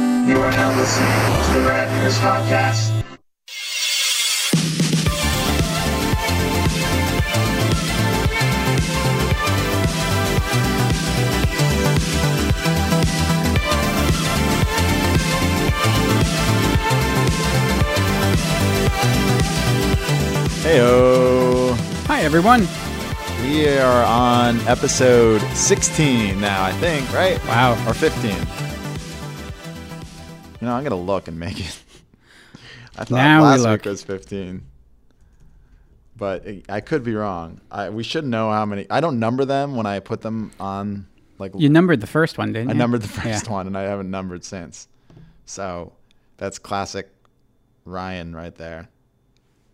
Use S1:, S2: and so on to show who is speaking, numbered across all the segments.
S1: now listening to the Radness Podcast.
S2: Heyo.
S3: Hi, everyone.
S2: We are on episode 16 now, I think, right?
S3: Wow.
S2: Or 15. You know, I'm going to look and make it. I thought
S3: Now we
S2: last
S3: look.
S2: week was 15. But it, I could be wrong. I, we should know how many. I don't number them when I put them on. Like
S3: You numbered the first one, didn't
S2: I
S3: you?
S2: numbered the first one, and I haven't numbered since. So that's classic Ryan right there.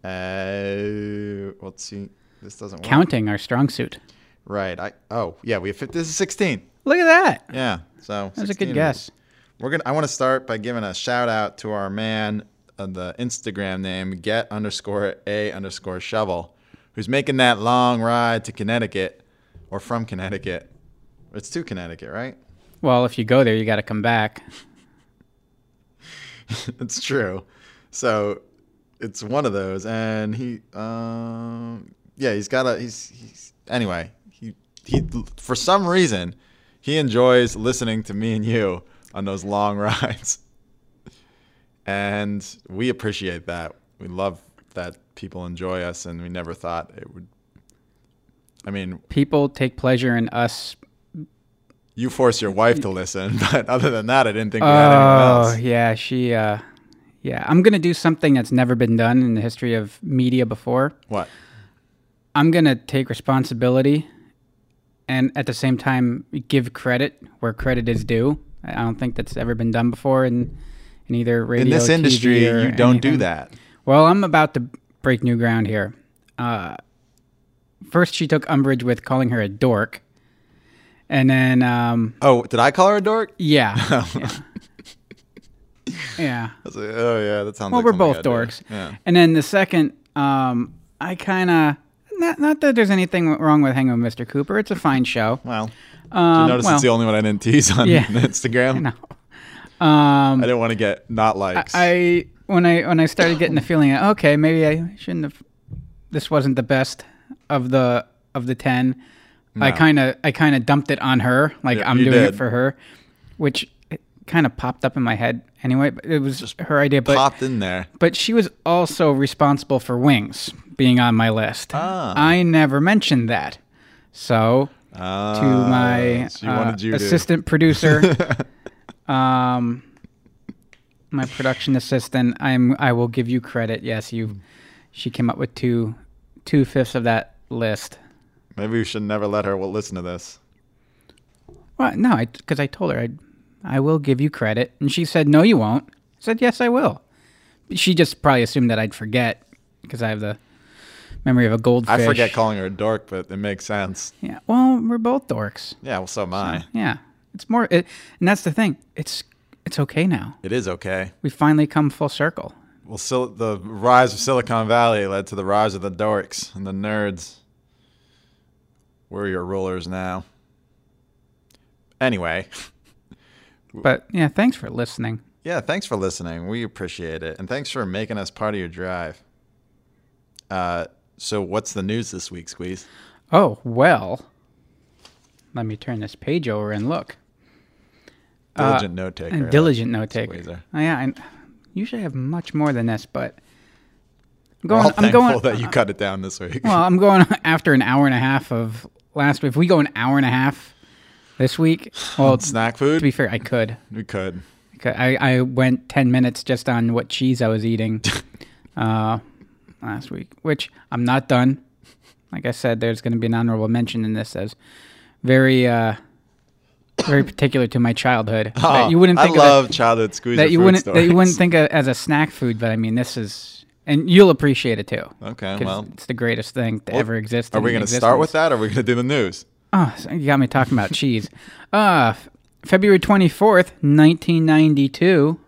S2: Uh, let's see. This doesn't work.
S3: Counting our strong suit.
S2: Right. I oh yeah, we have 50, this is 16.
S3: Look at that.
S2: Yeah. So
S3: That was a
S2: 16
S3: good guess.
S2: We're gonna. I want to start by giving a shout out to our man on the Instagram name get underscore a underscore shovel, who's making that long ride to Connecticut, or from Connecticut. It's to Connecticut, right?
S3: Well, if you go there, you got to come back.
S2: it's true. So it's one of those, and he, um, yeah, he's got a he's, he's anyway. He he for some reason he enjoys listening to me and you on those long rides, and we appreciate that. We love that people enjoy us, and we never thought it would. I mean,
S3: People take pleasure in us.
S2: you force your wife to listen, but other than that, I didn't think we had anyone else.
S3: Oh, yeah. She, uh, yeah. I'm going to do something that's never been done in the history of media before.
S2: What?
S3: I'm going to take responsibility and at the same time give credit where credit is due. I I don't think that's ever been done before in, in either radio.
S2: In this
S3: TV,
S2: industry,
S3: or
S2: you don't do
S3: anything.
S2: that.
S3: Well, I'm about to break new ground here. Uh, first, she took umbrage with calling her a dork, and then, um,
S2: Oh, did I call her a dork?
S3: yeah, yeah.
S2: I was like, oh yeah, that sounds.
S3: Well,
S2: like
S3: we're
S2: something
S3: both
S2: I'd do."
S3: dorks.
S2: Yeah.
S3: And then the second, um, I kind of not not that there's anything wrong with hanging with Mr. Cooper. It's a fine show.
S2: Well,
S3: Um,
S2: notice
S3: well,
S2: it's the only one I didn't tease on
S3: Yeah.
S2: Instagram.
S3: no. Um,
S2: I didn't want to get not likes.
S3: I when I when I started getting the feeling, okay, maybe I shouldn't have. This wasn't the best of the of the ten. I
S2: No.
S3: kind of I kind of dumped it on her, like
S2: Yeah,
S3: I'm
S2: you
S3: doing
S2: did.
S3: it for her, which kind of popped up in my head anyway. But it was her idea, but
S2: popped in there.
S3: but she was also responsible for wings being on my list.
S2: Ah.
S3: I never mentioned that, so to
S2: Ah,
S3: my
S2: she
S3: uh,
S2: wanted you to-
S3: assistant producer, um, my production assistant. I'm. I will give you credit. Yes, you. She came up with two, two fifths of that list.
S2: Maybe we should never let her well, listen to this.
S3: Well, no, because I, told her I, I will give you credit, and she said no, you won't. I said yes, I will. But she just probably assumed that I'd forget because I have the memory of a goldfish.
S2: I forget calling her a dork, but it makes sense.
S3: Yeah. Well, we're both dorks.
S2: Yeah, well, so am I.
S3: Yeah. It's more, it, and that's the thing. It's it's okay now.
S2: It is okay.
S3: we finally come full circle.
S2: Well, sil- the rise of Silicon Valley led to the rise of the dorks and the nerds. We're your rulers now. Anyway.
S3: But yeah, thanks for listening.
S2: Yeah, thanks for listening. We appreciate it. And thanks for making us part of your drive. Uh, so, what's the news this week, Squeeze?
S3: Oh, well. Let me turn this page over and look.
S2: Diligent note taker.
S3: Uh, And diligent note
S2: Squeezer.
S3: taker. Oh, yeah, I usually have much more than this, but
S2: We're
S3: I'm going.
S2: all
S3: I'm
S2: thankful
S3: going.
S2: that you cut it down this week.
S3: well, I'm going after an hour and a half of last week. If we go an hour and a half this week, well, to
S2: Snack food?
S3: be fair, I could.
S2: we could.
S3: Okay, I, I went 10 minutes just on what cheese I was eating uh, last week, which I'm not done. Like I said, there's going to be an honorable mention in this as very, uh, very particular to my childhood.
S2: Oh,
S3: that you wouldn't think
S2: I
S3: of it-
S2: love childhood Squeezer
S3: that you
S2: food
S3: wouldn't that
S2: stories.
S3: you wouldn't think of as a snack food, but I mean this is, and you'll appreciate it too.
S2: Okay,
S3: 'cause
S2: Oh, well.
S3: it's the greatest thing to ever exist.
S2: Are we
S3: going to
S2: start with that or are we going to do the news?
S3: Oh, so you got me talking about cheese. Uh, f- February 24th, 1992.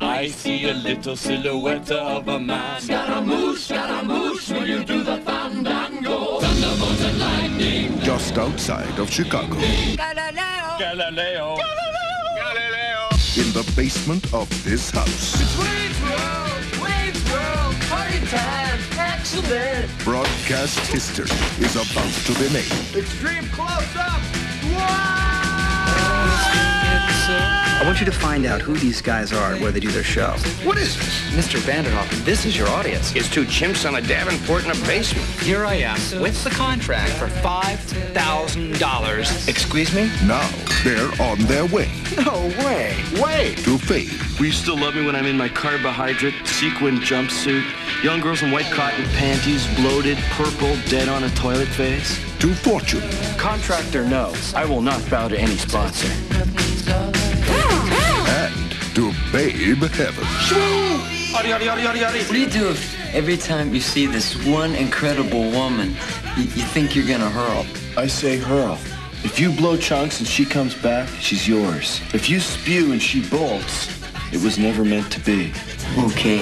S4: I see a little silhouette of a man. Scaramouche, Scaramouche, will you do the fandango? Thunderbolt and lightning.
S5: just outside of Chicago.
S4: Galileo. Galileo. Galileo.
S5: in the basement of this house.
S6: Wayne's World, Wayne's World, party time, excellent.
S5: Broadcast history is about to be made.
S6: Extreme close up. Wow!
S7: I want you to find out who these guys are and where they do their show.
S8: What is this?
S7: Mr. Vanderhoff, this is your audience.
S8: It's two chimps on a Davenport in a basement.
S7: Here I am with the contract for $5,000.
S8: Excuse me?
S5: Now they're on their way
S7: No way.
S8: Wait!
S5: to fame.
S9: Will you still love me when I'm in my carbohydrate sequin jumpsuit? Young girls in white cotton panties, bloated, purple, dead on a toilet face?
S5: to fortune,
S9: Contract or no, I will not bow to any sponsor.
S5: and to babe heaven.
S8: Audi, audi, audi, audi, audi.
S10: What do you do if every time you see this one incredible woman, you, you think you're gonna hurl?
S9: I say hurl. If you blow chunks and she comes back, she's yours. If you spew and she bolts, it was never meant to be.
S10: Okay.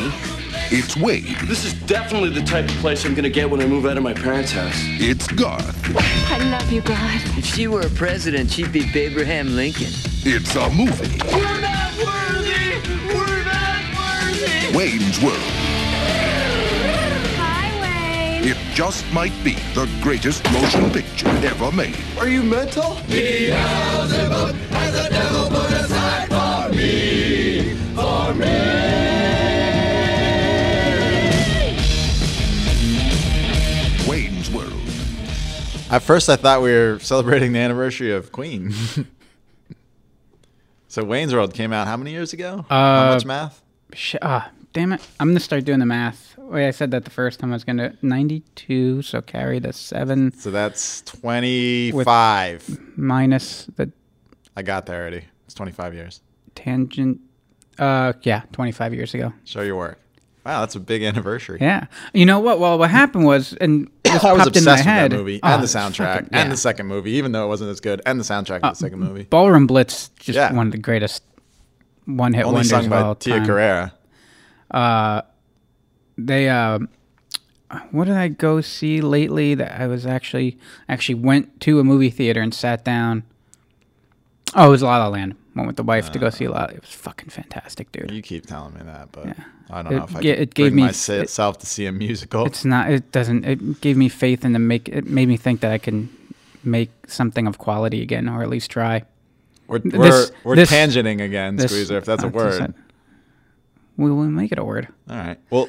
S5: It's Wade,
S9: This is definitely the type of place I'm gonna get when I move out of my parents' house.
S5: it's Garth,
S11: I love you, God.
S10: If she were a president, she'd be Abraham Lincoln.
S5: it's a movie.
S6: We're not worthy. We're not worthy.
S5: Wayne's World.
S11: Highway.
S5: It just might be the greatest motion picture ever made.
S9: Are you mental?
S5: Wayne's World.
S2: At first, I thought we were celebrating the anniversary of Queen. so Wayne's World came out how many years ago? how
S3: Uh,
S2: much math?
S3: Sh- ah, damn it. I'm going to start doing the math. Wait, I said that the first time I was going to. 92, so carry the 7
S2: So that's 25.
S3: minus the
S2: I got there already. It's 25 years.
S3: tangent. Uh, yeah, 25 years ago.
S2: Show your work. Wow, that's a big anniversary.
S3: Yeah. You know what? Well, what happened was, and this
S2: I was
S3: popped in my
S2: obsessed with
S3: head.
S2: that movie
S3: Oh,
S2: and the
S3: it's
S2: soundtrack
S3: fucking-
S2: and
S3: yeah. Uh,
S2: the second movie, even though it wasn't as good, and the soundtrack of the second movie.
S3: Ballroom Blitz, just
S2: Yeah.
S3: one of the greatest one hit
S2: Only
S3: wonders
S2: sung
S3: of
S2: by
S3: all
S2: Tia
S3: time.
S2: Carrera.
S3: They, uh, what did I go see lately? That I was actually actually went to a movie theater and sat down. Oh, it was La La Land. Went with the wife to go see La. It was fucking fantastic, dude.
S2: You keep telling me that, but I don't
S3: It
S2: know if I
S3: ga-
S2: could
S3: it gave
S2: bring
S3: me-
S2: myself to see a musical.
S3: It's not. It doesn't. It gave me faith in the make. It made me think that I can make something of quality again, or at least try.
S2: We're,
S3: This-
S2: we're, we're
S3: this-
S2: tangenting again,
S3: This-
S2: Squeezer, if that's
S3: uh,
S2: a word.
S3: We will make it a word.
S2: All right. Well,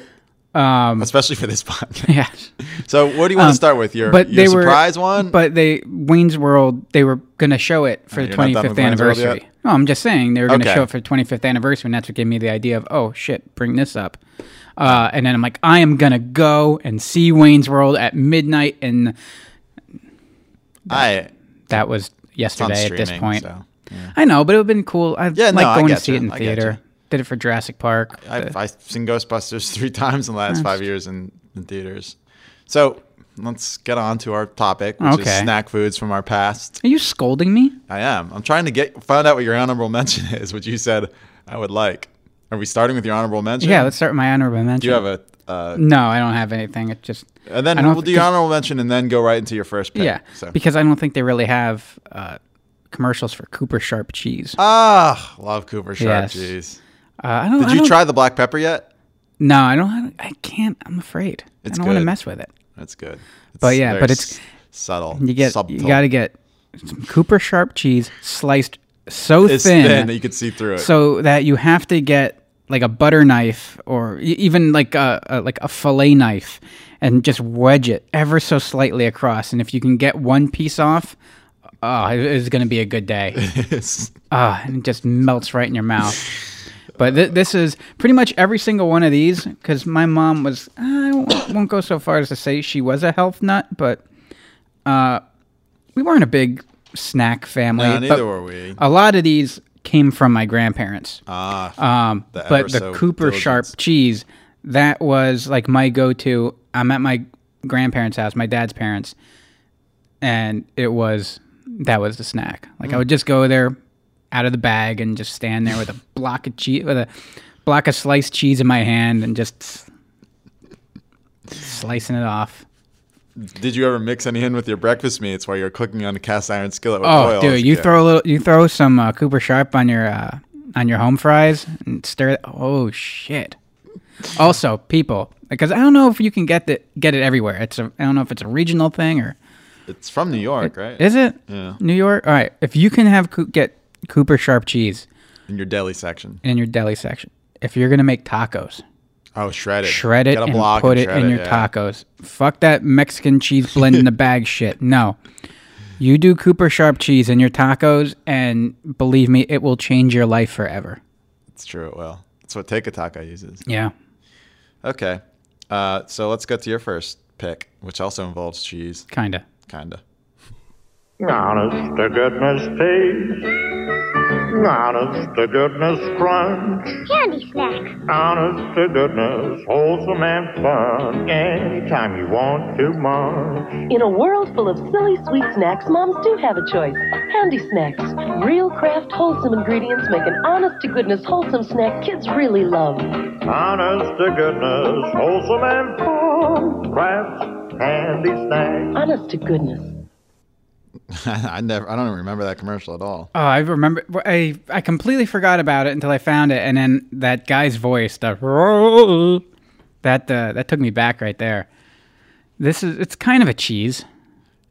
S3: Um,
S2: especially for this podcast.
S3: yeah.
S2: So, what do you want
S3: Um,
S2: to start with? Your,
S3: but
S2: your
S3: they were-
S2: surprise one? Oh,
S3: But they Wayne's World. They were gonna show it for the
S2: you're not done
S3: 25th
S2: with Wayne's World yet?
S3: anniversary. No, I'm just saying they were gonna
S2: Okay.
S3: show it for the 25th anniversary, and that's what gave me the idea of oh shit, bring this up. Uh, and then I'm like, I am gonna go and see Wayne's World at midnight, and
S2: I,
S3: that was
S2: it's on
S3: yesterday at
S2: streaming.
S3: this point.
S2: So.
S3: I know, but it would have been cool. I
S2: Yeah,
S3: like
S2: no, I
S3: going to
S2: get
S3: see
S2: you.
S3: it in
S2: I get you.
S3: theater. Did it for Jurassic Park.
S2: I've, I've seen Ghostbusters three times in the last five years in, in theaters. So let's get on to our topic, which is
S3: Okay.
S2: snack foods from our past.
S3: Are you scolding me?
S2: I am. I'm trying to get find out what your honorable mention is, which you said I would like. Are we starting with your honorable mention?
S3: Yeah, let's start with my honorable mention.
S2: Do you have a? Uh,
S3: no, I don't have anything. It just
S2: and then
S3: I don't
S2: we'll
S3: think-
S2: do your honorable mention, and then go right into your first pick.
S3: yeah,
S2: So.
S3: because I don't think they really have uh, commercials for Cooper Sharp cheese. Uh,
S2: ah, love Cooper Sharp
S3: Yes.
S2: cheese.
S3: I don't.
S2: Did
S3: I
S2: you
S3: don't-
S2: try the black pepper yet?
S3: No, I don't. I can't. I'm afraid.
S2: It's
S3: I don't want to
S2: good.
S3: mess with it.
S2: That's good. It's
S3: But yeah,
S2: very
S3: but it's-
S2: s- subtle.
S3: You get.
S2: subtle.
S3: You got to get some Cooper Sharp cheese sliced so
S2: it's
S3: thin,
S2: thin. that you could see through it.
S3: so that you have to get like a butter knife or e- even like a, a like a fillet knife and just wedge it ever so slightly across. And if you can get one piece off, oh, it- it's going to be a good day.
S2: It's-
S3: Ah, and it just melts right in your mouth. But th- this is pretty much every single one of these because my mom was, I won't, won't go so far as to say she was a health nut, but uh, we weren't a big snack family.
S2: No, neither
S3: but
S2: were we.
S3: A lot of these came from my grandparents.
S2: Ah,
S3: Um,
S2: the ever
S3: but the
S2: so
S3: Cooper
S2: diligence.
S3: Sharp cheese, that was like my go to. I'm at my grandparents' house, my dad's parents, and it was that was the snack. Like I would just go there out of the bag and just stand there with a block of cheese with a block of sliced cheese in my hand and just s- slicing it off.
S2: Did you ever mix any in with your breakfast meats while you're cooking on a cast iron skillet with
S3: Oh,
S2: oil?
S3: dude, you
S2: Yeah.
S3: throw a little, you throw some uh, Cooper Sharp on your uh, on your home fries and stir it. Oh shit! Also, people, because I don't know if you can get the get it everywhere. It's a I don't know if it's a regional thing or
S2: It's from New York, right?
S3: is it
S2: Yeah.
S3: New York? All right, if you can have Coo- get Cooper sharp cheese
S2: In your deli section.
S3: in your deli section, if you're gonna make tacos,
S2: Oh, shredded.
S3: shred it and put it in your tacos. Fuck that Mexican cheese blend in the bag shit. No. You do Cooper Sharp cheese in your tacos, and believe me, it will change your life forever.
S2: It's true. It will. That's what Take a Taco uses.
S3: Yeah.
S2: Okay. Uh, so let's get to your first pick, which also involves cheese.
S3: Kinda.
S2: Kinda.
S11: Honest to goodness peas. Honest to goodness crunch.
S12: Candy snacks.
S11: Honest to goodness wholesome and fun. Anytime you want too much.
S13: In a world full of silly sweet snacks, moms do have a choice. Handy Snacks. Real craft, wholesome ingredients make an honest to goodness, wholesome snack kids really love.
S11: Honest to goodness wholesome and fun. Crafts, candy snacks.
S13: Honest to goodness.
S2: I never. I don't remember that commercial at all.
S3: Oh, I remember. I I completely forgot about it until I found it, and then that guy's voice, the that uh, that took me back right there. This is it's kind of a cheese.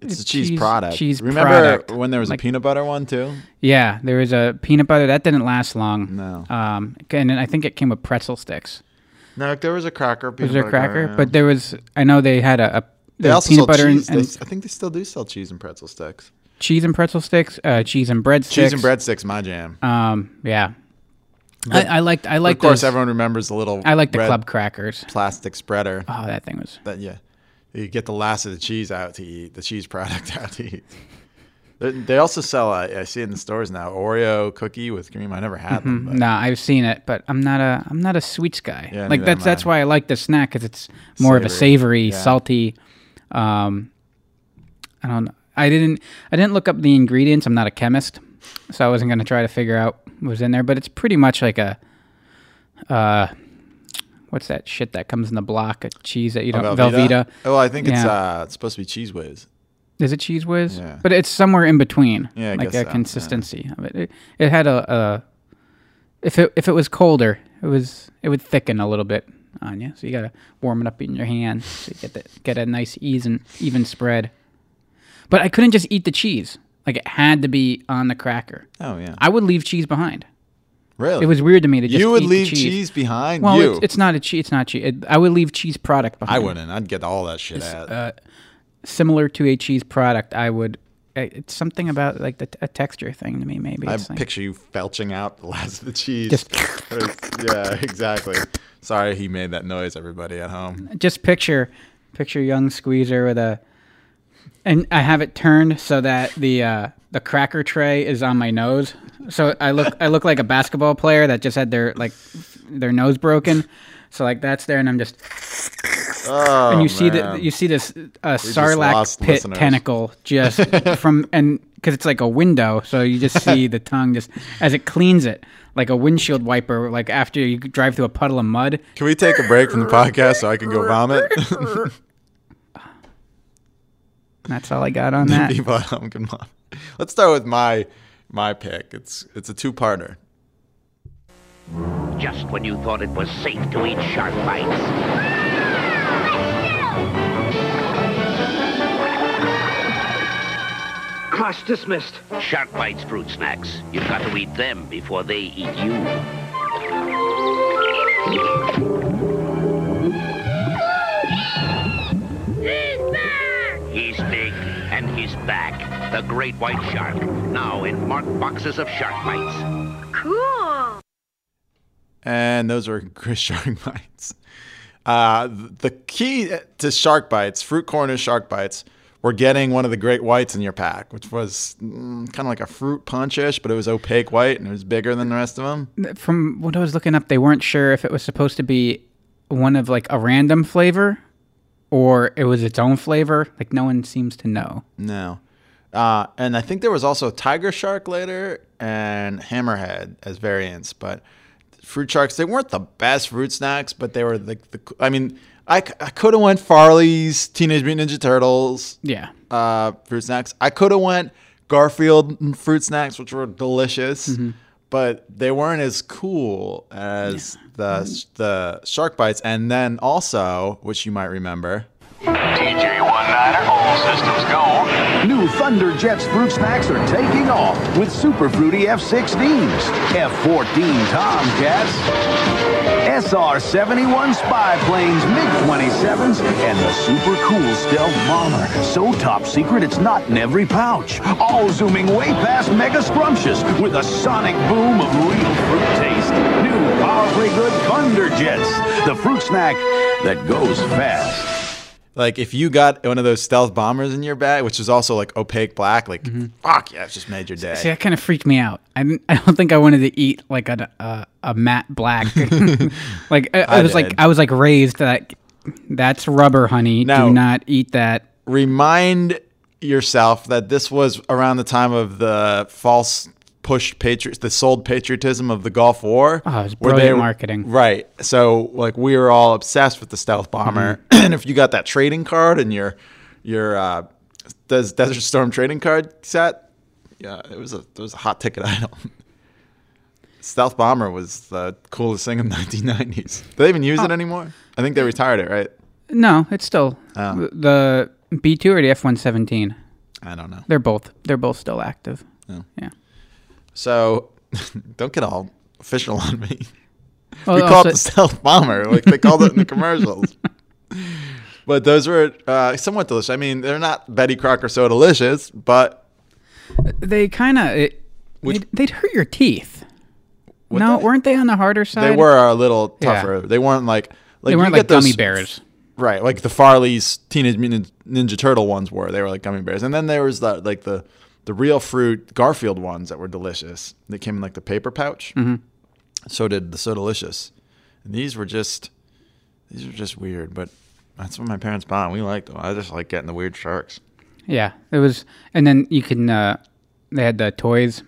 S2: It's a cheese, product.
S3: Cheese
S2: Remember
S3: product.
S2: when there was
S3: Like-
S2: a peanut butter one too?
S3: Yeah, there was a peanut butter that didn't last long. No. Um, and I think it came with pretzel sticks.
S2: No, like, there was a cracker.
S3: Was
S2: peanut
S3: there a
S2: butter
S3: cracker?
S2: yeah.
S3: But there was. I know they had a, a
S2: they
S3: there was
S2: also
S3: peanut
S2: sold
S3: butter
S2: cheese.
S3: and,
S2: They-
S3: and
S2: I think they still do sell cheese and pretzel sticks.
S3: cheese and pretzel sticks. Uh, cheese and breadsticks.
S2: Cheese and breadsticks, my jam.
S3: Um, yeah. I, I liked. I liked.
S2: Of course,
S3: those-
S2: everyone remembers the little.
S3: I like the
S2: red
S3: club crackers.
S2: Plastic spreader.
S3: Oh, that thing was.
S2: That yeah, you get the last of the cheese out to eat, the cheese product out to eat. They- They also sell. I, I see it in the stores now. Oreo cookie with cream. I never had them.
S3: No, I've seen it, but I'm not a I'm not a sweets guy.
S2: Yeah,
S3: like
S2: neither
S3: that's
S2: am I.
S3: that's why I like this snack because it's more of a
S2: Savory,
S3: savory,
S2: yeah.
S3: salty. Um, I don't. know. I didn't. I didn't look up the ingredients. I'm not a chemist, so I wasn't gonna try to figure out what was in there. But it's pretty much like a, uh, what's that shit that comes in the block of cheese that you
S2: Oh,
S3: don't Velveeta.
S2: Oh, I think it's
S3: Yeah.
S2: uh, it's supposed to be cheese whiz.
S3: Is it Cheese Whiz?
S2: Yeah.
S3: But it's somewhere in between.
S2: Yeah, I
S3: like
S2: guess
S3: a
S2: so,
S3: consistency of it. it. It had a, a if it if it was colder, it was it would thicken a little bit on you. So you gotta warm it up in your hand to get the, get a nice ease and even spread. But I couldn't just eat the cheese. Like it had to be on the cracker.
S2: Oh, yeah.
S3: I would leave cheese behind.
S2: Really?
S3: It was weird to me to just
S2: You would
S3: eat the
S2: leave
S3: cheese.
S2: behind.
S3: Well,
S2: you.
S3: It's, it's not a cheese. It's not cheese. It, I would leave cheese product behind.
S2: I wouldn't. I'd get all that shit
S3: It's,
S2: out.
S3: uh, similar to a cheese product, I would. I- It's something about like the t- a texture thing to me. Maybe
S2: I
S3: it's like,
S2: picture you felching out the last of the cheese.
S3: Just-
S2: yeah, exactly. Sorry, he made that noise. Everybody at home.
S3: just picture picture young squeezer with a, and I have it turned so that the uh, the cracker tray is on my nose. So I look I look like a basketball player that just had their like their nose broken. So like that's there, and I'm just
S2: Oh,
S3: and you see the
S2: man.
S3: you see this uh,
S2: just
S3: sarlacc
S2: lost
S3: pit
S2: listeners.
S3: tentacle just from and because it's like a window, so you just see the tongue just as it cleans it like a windshield wiper, like after you drive through a puddle of mud.
S2: Can we take a break from the podcast so I can go vomit?
S3: That's all I got on that.
S2: Be bottom, good mom. Let's start with my my pick. It's it's a two parter.
S14: Just when you thought it was safe to eat shark bites. Class dismissed. Shark bites, fruit snacks. You've got to eat them before they eat you. He's back! He's big and he's back. The great white shark. Now in marked boxes of shark bites.
S15: Cool.
S2: and those were Chris shark bites. Uh, th- the key uh, to shark bites, fruit corner shark bites, were getting one of the great whites in your pack, which was mm, kind of like a fruit punch-ish, but it was opaque white and it was bigger than the rest of them.
S3: From what I was looking up, they weren't sure if it was supposed to be one of like a random flavor or it was its own flavor. Like no one seems to know.
S2: No. Uh, and I think there was also tiger shark later and hammerhead as variants, but fruit sharks they weren't the best fruit snacks, but they were like the, I mean, I, c- I could have went Farley's Teenage Mutant Ninja Turtles.
S3: Yeah.
S2: Uh, fruit snacks. I could have went Garfield and fruit snacks, which were delicious. but they weren't as cool as the the shark bites. And then also, which you might remember,
S12: DJ One Niner, all systems go. New Thunder Jet Spruce Smacks are taking off with super fruity F-16s, F-14 Tomcats, SR-71 spy planes, MiG-27s, and the super cool stealth bomber. So top secret, it's not in every pouch. All zooming way past Mega Scrumptious with a sonic boom of real fruit taste. New powerfully good Thunder Jets, the fruit snack that goes fast.
S2: like if you got one of those stealth bombers in your bag, which is also like opaque black, like fuck yeah, it just made your day.
S3: See, that kind of freaked me out. I, didn't, I don't think I wanted to eat like a a, a matte black. like I, I
S2: I
S3: was like
S2: did.
S3: I was like raised that that's rubber, honey.
S2: Now-
S3: Do not eat that.
S2: Remind yourself that this was around the time of the false push patriot, the sold patriotism of the Gulf War.
S3: Oh, it was
S2: where
S3: brilliant marketing.
S2: Right. So like we were all obsessed with the stealth bomber,
S3: Mm-hmm.
S2: and if you got that trading card and your your uh, Des- Desert Storm trading card set, yeah, it was a it was a hot ticket item. Stealth Bomber was the coolest thing in the 1990s. Do they even use it anymore? I think they retired it, right?
S3: No, it's still
S2: Oh.
S3: th- the B two or the F one seventeen.
S2: I don't know.
S3: They're both they're both still active.
S2: Oh.
S3: Yeah.
S2: So don't get all official on me.
S3: Well,
S2: we called
S3: also-
S2: it the stealth bomber, like they called it in the commercials. But those were uh, somewhat delicious. I mean, they're not Betty Crocker so delicious, but
S3: They kind of they'd, they'd hurt your teeth. no, weren't they on the harder side?
S2: they were a little
S3: Yeah.
S2: tougher. They weren't like like
S3: They weren't
S2: you get
S3: like gummy
S2: those-
S3: bears.
S2: right? Like the Farley's Teenage Mutant Ninja Turtle ones were. They were like gummy bears, and then there was the like the the real fruit Garfield ones that were delicious. They came in like the paper pouch.
S3: Mhm.
S2: So did the So Delicious, and these were just these were just weird. But that's what my parents bought. We liked them. I just like getting the weird sharks.
S3: Yeah, it was, and then you can. Uh, they had the toys.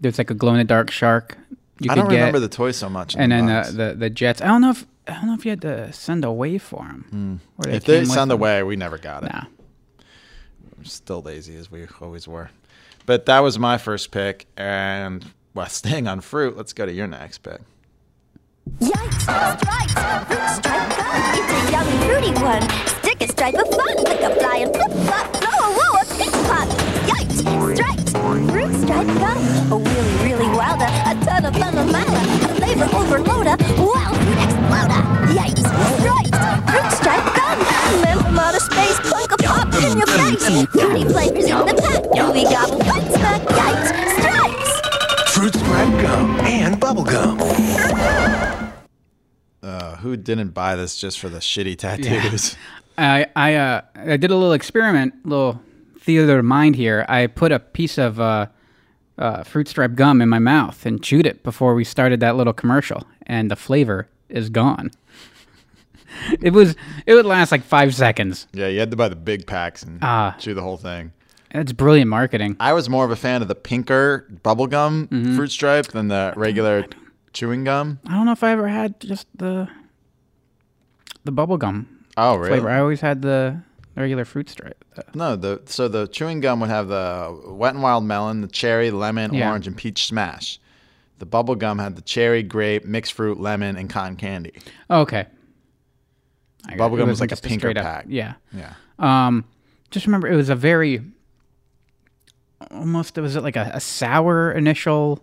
S3: There's like a glow in the dark shark. You
S2: I
S3: could
S2: don't
S3: get,
S2: remember the toys so much. in
S3: And
S2: the
S3: then
S2: box.
S3: uh, the the jets. I don't know if I don't know if you had to send away for
S2: Mm.
S3: them.
S2: if they sound the way, we never got it.
S3: Nah.
S2: We're Still lazy as we always were. But that was my first pick. And while staying on fruit, let's go to your next pick.
S15: Yummy fruity one. Stick a stripe of fun. Lick a fly and flip flop. Blow a whoa a pit pop. Yikes! Stripes. Fruit stripe gum. A really, really wilder. A ton of fun a mile. Flavor overloader. Wild fruit exploder. Yikes! Stripes. Fruit stripe gum. Then from outer space. Plunk a pop in your face. Fruity flavors in the pack. Gooey gobble. Butt smack. Yikes! Stripes.
S5: Fruit spread gum and bubble gum.
S2: Uh, who didn't buy this just for the shitty
S3: Yeah.
S2: tattoos?
S3: I I uh, I did a little experiment, little theater of mind here. I put a piece of uh, uh, fruit stripe gum in my mouth and chewed it before we started that little commercial, and the flavor is gone. it was it would last like five seconds.
S2: Yeah, you had to buy the big packs and
S3: Ah.
S2: chew the whole thing.
S3: That's brilliant marketing.
S2: I was more of a fan of the pinker bubblegum
S3: Mm-hmm.
S2: gum fruit stripe than the regular chewing gum.
S3: I don't know if I ever had just the the bubble gum
S2: Oh, really?
S3: flavor. I always had the regular fruit stripe.
S2: No, the so the chewing gum would have the wet and wild melon, the cherry, lemon,
S3: Yeah.
S2: orange, and peach smash. The bubble gum had the cherry, grape, mixed fruit, lemon, and cotton candy.
S3: Okay. I got it. It
S2: Bubblegum was
S3: wasn't
S2: like a
S3: just
S2: pinker
S3: straight up-
S2: pack.
S3: Yeah.
S2: Yeah.
S3: Um, just remember, it was a very almost. Was it like a, a sour initial?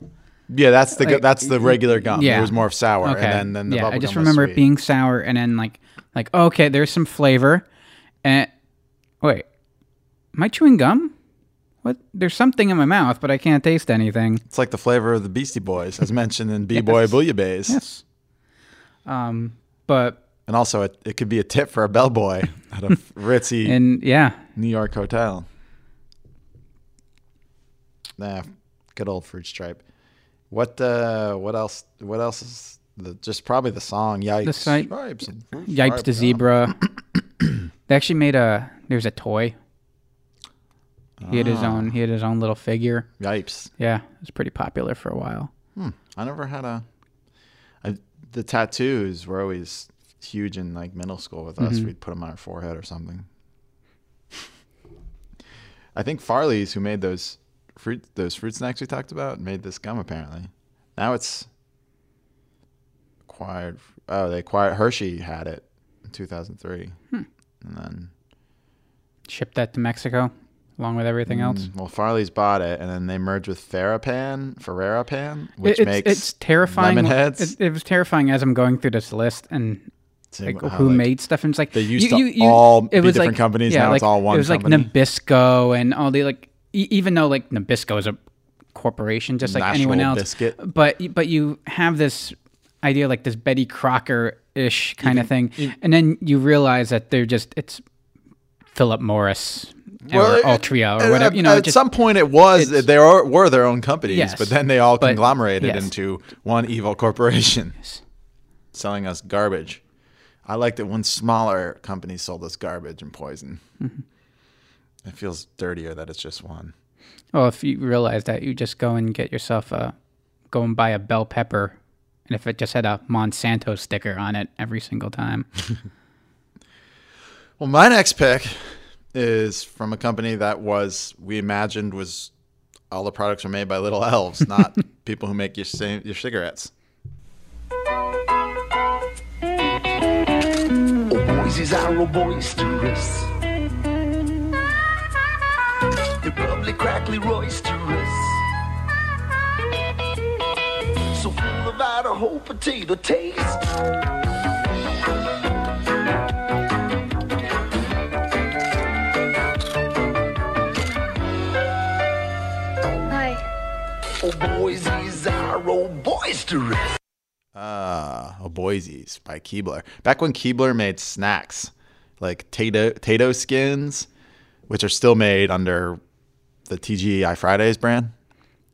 S2: Yeah, that's the gu-
S3: Like-
S2: that's the regular gum.
S3: Yeah.
S2: It was more of sour,
S3: Okay.
S2: and then, then the
S3: yeah,
S2: bubble
S3: I just
S2: gum was
S3: remember it
S2: sweet.
S3: being sour, and then like like okay, there's some flavor, and wait, am I chewing gum? What? There's something in my mouth, but I can't taste anything.
S2: It's like the flavor of the Beastie Boys, as mentioned in B Boy Bouillabaisse.
S3: Yes. Um, but
S2: and also it, it could be a tip for a bellboy at a ritzy
S3: and yeah,
S2: New York hotel. Nah, good old fruit stripe. What uh, what else? What else is the just probably the song? Yikes!
S3: the site
S2: Stripes and fruit
S3: Yipes
S2: stripe
S3: the
S2: gum.
S3: zebra. they actually made a there's a toy. He had his
S2: Ah.
S3: own he had his own little figure.
S2: Yipes.
S3: Yeah, it was pretty popular for a while.
S2: Hmm. I never had a, I- The tattoos were always huge in like middle school with us.
S3: Mhm.
S2: We'd put them on our forehead or something. I think Farley's, who made those fruit those fruit snacks we talked about, made this gum apparently. Now it's acquired. Oh, they acquired Hershey had it in 2003,
S3: Hmm.
S2: and then
S3: Ship that to Mexico along with everything else.
S2: Mm, well, Farley's bought it, and then they merged with Ferrapan, Ferrerapan,
S3: It-
S2: which
S3: it's,
S2: makes
S3: it's terrifying.
S2: Lemonheads.
S3: It, it was terrifying as I'm going through this list and like,
S2: how,
S3: who
S2: like,
S3: made stuff. And it's like
S2: they used to all be different companies, now it's all one
S3: It was
S2: company.
S3: like Nabisco and all the like. E- even though like Nabisco is a corporation, just like anyone
S2: National
S3: else,
S2: Biscuit.
S3: but but you have this idea like this Betty Crocker ish kind of thing, and then you realize that they're just it's Philip Morris
S2: Well,
S3: or
S2: it-
S3: Altria
S2: at-
S3: or whatever. You know,
S2: at
S3: just-
S2: some point it was they are, were their own companies,
S3: Yes,
S2: but then they all
S3: but-
S2: conglomerated
S3: yes.
S2: into one evil corporation, selling us garbage. I like that one smaller company sold us garbage and poison.
S3: Mhm.
S2: It feels dirtier that it's just one.
S3: Well, oh, if you realize that, you just go and get yourself a, go and buy a bell pepper, and if it just had a Monsanto sticker on it every single time,
S2: Well, my next pick is from a company that was we imagined was all the products were made by little elves, not people who make your same, your cigarettes.
S16: Voices are boisterous. They're bubbly, crackly, roisterous. So full of Idaho potato taste.
S17: Hi.
S16: Oh, Boises are boisterous.
S2: Ah, oh, Boise's by Keebler. Back when Keebler made snacks like tato, tato skins, which are still made under the TGI Fridays brand,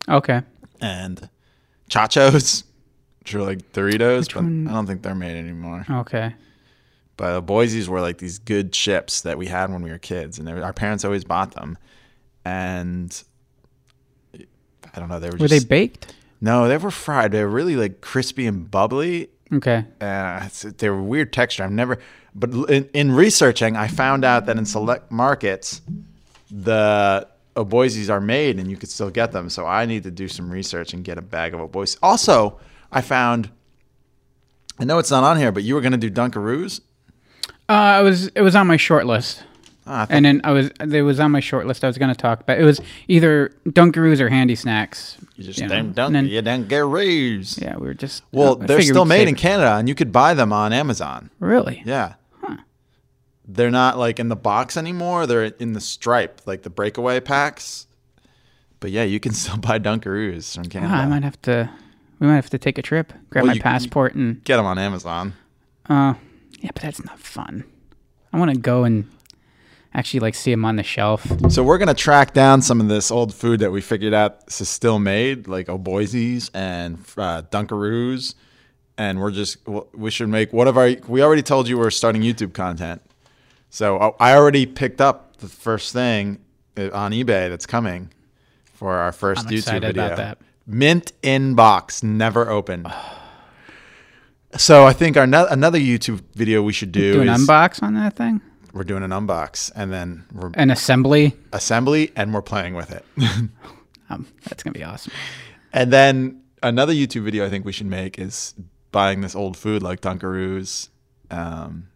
S3: okay.
S2: and Chachos, which are like Doritos, but I don't think they're made anymore.
S3: Okay.
S2: But uh, Boise's were like these good chips that we had when we were kids, and they were, our parents always bought them. And I don't know, they were,
S3: Were they
S2: just,
S3: baked?
S2: No, they were fried. They were really like crispy and bubbly,
S3: Okay.
S2: uh, it's, they were weird texture. I've never, but l- in, in researching, I found out that in select markets, the oboises are made and you could still get them. So I need to do some research and get a bag of oboises. Also, I found, I know it's not on here, but you were going to do Dunkaroos.
S3: Uh, it was it was on my short list,
S2: Ah, I thought-
S3: and then I was it was on my short list. I was going to talk, but it was either Dunkaroos or Handy Snacks.
S2: You just
S3: know,
S2: dang dunk,
S3: and then-
S2: you Dunkaroos.
S3: Yeah, we were just.
S2: Well,
S3: I
S2: they're
S3: figured
S2: still
S3: we'd
S2: made
S3: save
S2: in
S3: it.
S2: Canada and you could buy them on Amazon.
S3: Really?
S2: Yeah. They're not like in the box anymore. They're in the stripe, like the breakaway packs. But yeah, you can still buy Dunkaroos from
S3: Ah, I
S2: Canada.
S3: might have to. We might have to take a trip. Grab
S2: Well,
S3: my
S2: you-
S3: passport and.
S2: Get them on Amazon.
S3: Uh, yeah, but that's not fun. I want to go and actually like see them on the shelf.
S2: So we're gonna track down some of this old food that we figured out this is still made, like Oboise's and uh, Dunkaroos, and we're just w- we should make one of our. We already told you we're starting YouTube content, so uh, I- I already picked up the first thing uh, on eBay that's coming for our 1st
S3: I'm
S2: YouTube
S3: excited
S2: video.
S3: about that.
S2: Mint in box, never opened. so I think our no- another YouTube video we should do,
S3: Do an
S2: is
S3: unbox on that thing.
S2: we're doing an unbox and then we're
S3: An assembly.
S2: assembly and we're playing with it.
S3: Um, that's gonna be awesome.
S2: and then another YouTube video I think we should make is buying this old food like Dunkaroos, um,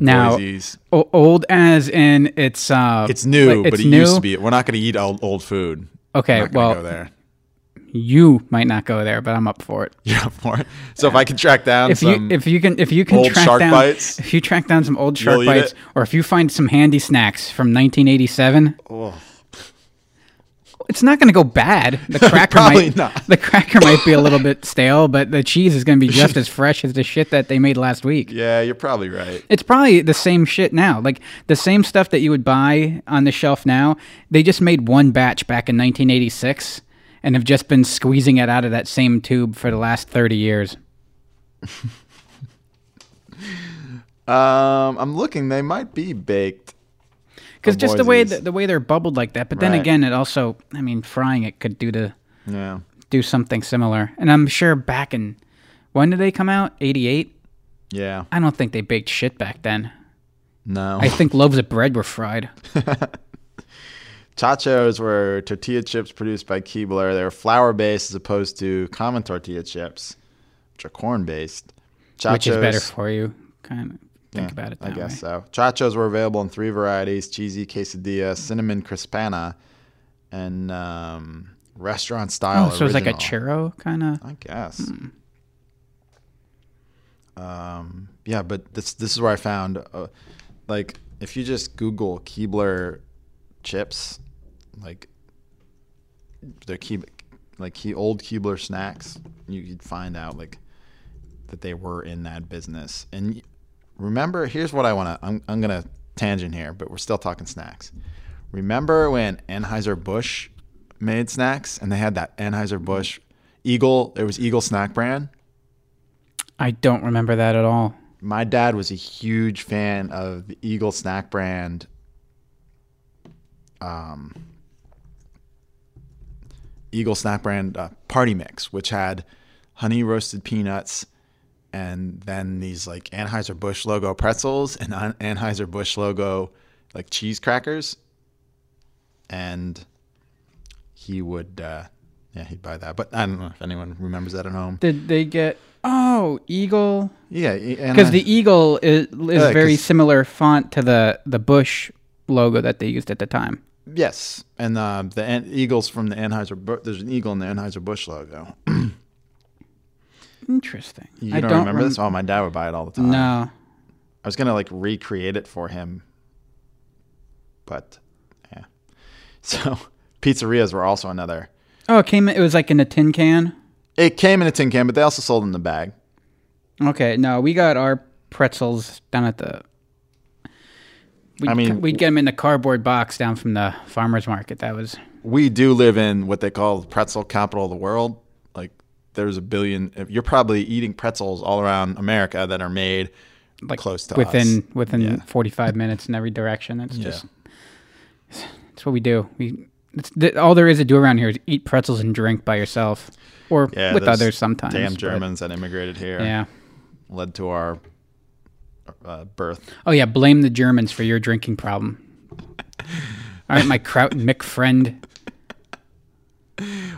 S3: Now,
S2: Oboise's.
S3: o- old as in it's uh,
S2: it's new,
S3: like, it's
S2: but it
S3: new.
S2: used to be. We're not going to eat old, old food.
S3: Okay,
S2: We're not gonna
S3: well-
S2: go there.
S3: You might not go there, but I'm up for it.
S2: You're up for it. So if I can track down
S3: If you
S2: some,
S3: if you can if you can
S2: old
S3: track
S2: shark
S3: down
S2: bites.
S3: if you track down some old
S2: You'll
S3: shark
S2: eat
S3: bites
S2: it?
S3: or if you find some handy snacks from 1987,
S2: Oh.
S3: it's not going to go bad. The cracker
S2: Probably
S3: might
S2: not.
S3: the cracker might be a little bit stale, but the cheese is going to be just as fresh as the shit that they made last week.
S2: yeah, you're probably right.
S3: It's probably the same shit now. Like the same stuff that you would buy on the shelf now, they just made one batch back in 1986 and have just been squeezing it out of that same tube for the last 30 years.
S2: Um, I'm looking. They might be baked.
S3: Cuz just the way
S2: Oboise's.
S3: the, the way they're bubbled like that, but then
S2: Right.
S3: again it also, I mean, frying it could do to
S2: yeah.
S3: do something similar. And I'm sure back in when did they come out? 88?
S2: Yeah.
S3: I don't think they baked shit back then.
S2: No.
S3: I think loaves of bread were fried.
S2: Tachos were tortilla chips produced by Keebler. They were flour based as opposed to common tortilla chips, which are corn based.
S3: Which is better for you, kind of. Think
S2: Yeah,
S3: about it.
S2: I
S3: that
S2: guess
S3: way.
S2: so. Chachos were available in three varieties: cheesy quesadilla, cinnamon crispana, and um, restaurant style.
S3: Oh, so it's like a
S2: original.
S3: churro kind of.
S2: I guess. Um, yeah, but this this is where I found, uh, like, if you just Google Keebler chips, like, they're Keeb, like key old Keebler snacks, you, you'd find out like that they were in that business. And y- remember, here's what I wanna, I'm I'm gonna tangent here, but we're still talking snacks. Remember when Anheuser Busch made snacks and they had that Anheuser Busch Eagle? There was Eagle snack brand.
S3: I don't remember that at all.
S2: My dad was a huge fan of the Eagle snack brand. Um, Eagle snack brand uh, party mix, which had honey roasted peanuts, and then these like Anheuser Busch logo pretzels and An- Anheuser Busch logo like cheese crackers, and he would uh, yeah he'd buy that. But I don't know if anyone remembers that at home.
S3: Did they get? Oh, eagle.
S2: Yeah, e- and
S3: because
S2: I-
S3: the eagle is, is
S2: Yeah,
S3: very
S2: Uh, 'cause-
S3: similar font to the the bush logo that they used at the time.
S2: Yes, and uh, the an- Eagles from the Anheuser. Bu- There's an eagle in the Anheuser Busch logo.
S3: Interesting.
S2: You
S3: I
S2: don't,
S3: don't
S2: remember this?
S3: rem-
S2: Oh, my dad would buy it all the time.
S3: No.
S2: I was gonna like recreate it for him, but yeah. So pizzerias were also another.
S3: Oh, it came. It was like in a tin can.
S2: It came in a tin can, but they also sold in the bag.
S3: Okay, no, we got our pretzels down at the. We'd,
S2: I mean-
S3: we'd get them in the cardboard box down from the farmers market. That was
S2: We do live in what they call the pretzel capital of the world. Like there's a billion. You're probably eating pretzels all around America that are made like close to us.
S3: within within 45 minutes in every direction. It's
S2: Yeah.
S3: just it's what we do. We it's, th- all there is to do around here is eat pretzels and drink by yourself or
S2: yeah,
S3: with
S2: those
S3: others sometimes.
S2: Damn
S3: but-
S2: Germans that immigrated here.
S3: Yeah.
S2: Led to our uh, birth.
S3: Oh yeah, blame the Germans for your drinking problem. All right, my Kraut and Mick friend.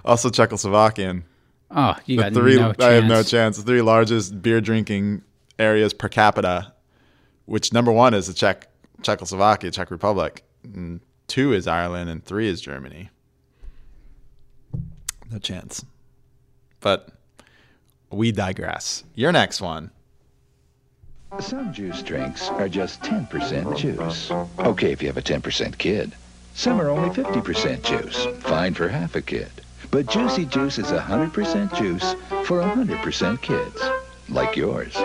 S2: Also Czechoslovakian.
S3: Oh, you
S2: the
S3: got
S2: three.
S3: no
S2: I have no
S3: chance.
S2: chance. The three largest beer drinking areas per capita, which number one is the Czech Czechoslovakia, Czech Republic. And two is Ireland, and three is Germany. No chance. But we digress. Your next one.
S18: Some juice drinks are just 10% juice. Okay if you have a 10% kid. Some are only 50% juice. Fine for half a kid. But Juicy Juice is 100% juice for 100% kids. Like yours.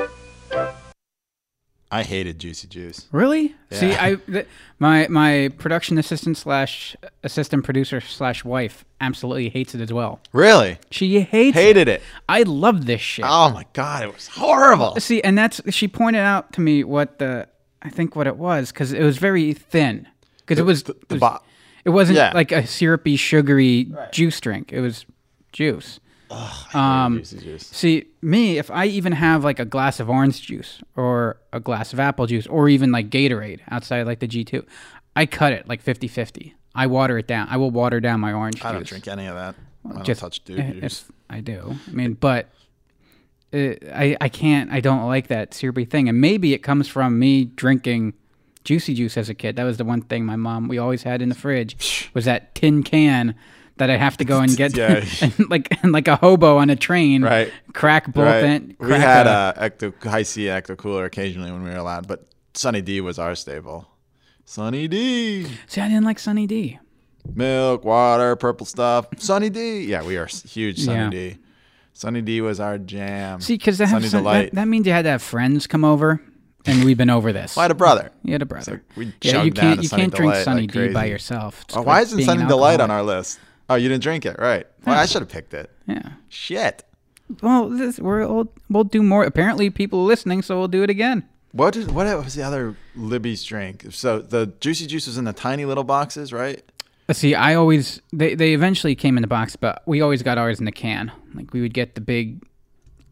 S2: I hated Juicy Juice.
S3: Really?
S2: Yeah.
S3: See, I th- my my production assistant slash assistant producer slash wife absolutely hates it as well.
S2: Really?
S3: She hates
S2: hated it.
S3: I love this shit.
S2: Oh my god, it was horrible.
S3: See, and that's she pointed out to me what the I think what it was because it was very thin because it was the, it, was, it wasn't
S2: yeah.
S3: like a syrupy sugary juice drink. It was juice. um, See, me if I even have like a glass of orange juice or a glass of apple juice or even like Gatorade outside like the G two, I cut it like 50-50. I water it down. I will water down my orange
S2: I
S3: juice.
S2: don't drink any of that. I don't
S3: Just-
S2: touch dude
S3: if-
S2: juice.
S3: if I do. I mean, but uh, I I can't. I don't like that syrupy thing. And maybe it comes from me drinking juicy juice as a kid. That was the one thing my mom we always had in the fridge was that tin can that I have to go and get
S2: Yeah.
S3: and like and like a hobo on a train.
S2: Right.
S3: Crack both
S2: Right.
S3: end.
S2: We
S3: crack
S2: had uh,
S3: a-
S2: a ecto, high C ecto cooler occasionally when we were allowed, but Sunny D was our staple. Sunny D,
S3: See, I didn't like Sunny D.
S2: milk, water, purple stuff. Sunny D, yeah, we are s- huge Sunny
S3: Yeah.
S2: D. Sunny D was our jam.
S3: See, because that,
S2: Sunny
S3: have some-
S2: Delight.
S3: that that means you had to have friends come over, and we've been over this.
S2: I had a brother.
S3: You had a brother.
S2: we
S3: yeah, you
S2: chugged down
S3: can't
S2: to
S3: you
S2: Sunny
S3: can't drink
S2: Delight
S3: Sunny
S2: like
S3: D by
S2: crazy.
S3: yourself. It's
S2: Oh,
S3: like
S2: why isn't
S3: being
S2: Sunny
S3: an
S2: Delight on
S3: alcoholic.
S2: our list? Oh, you didn't drink it, right? Well, I should have picked it.
S3: Yeah.
S2: Shit.
S3: Well, this we're old, we'll do more. Apparently, people are listening, so we'll do it again.
S2: What did, what was the other Libby's drink? So the Juicy Juice was in the tiny little boxes, right?
S3: See, I always they they eventually came in the box, but we always got ours in the can. Like we would get the big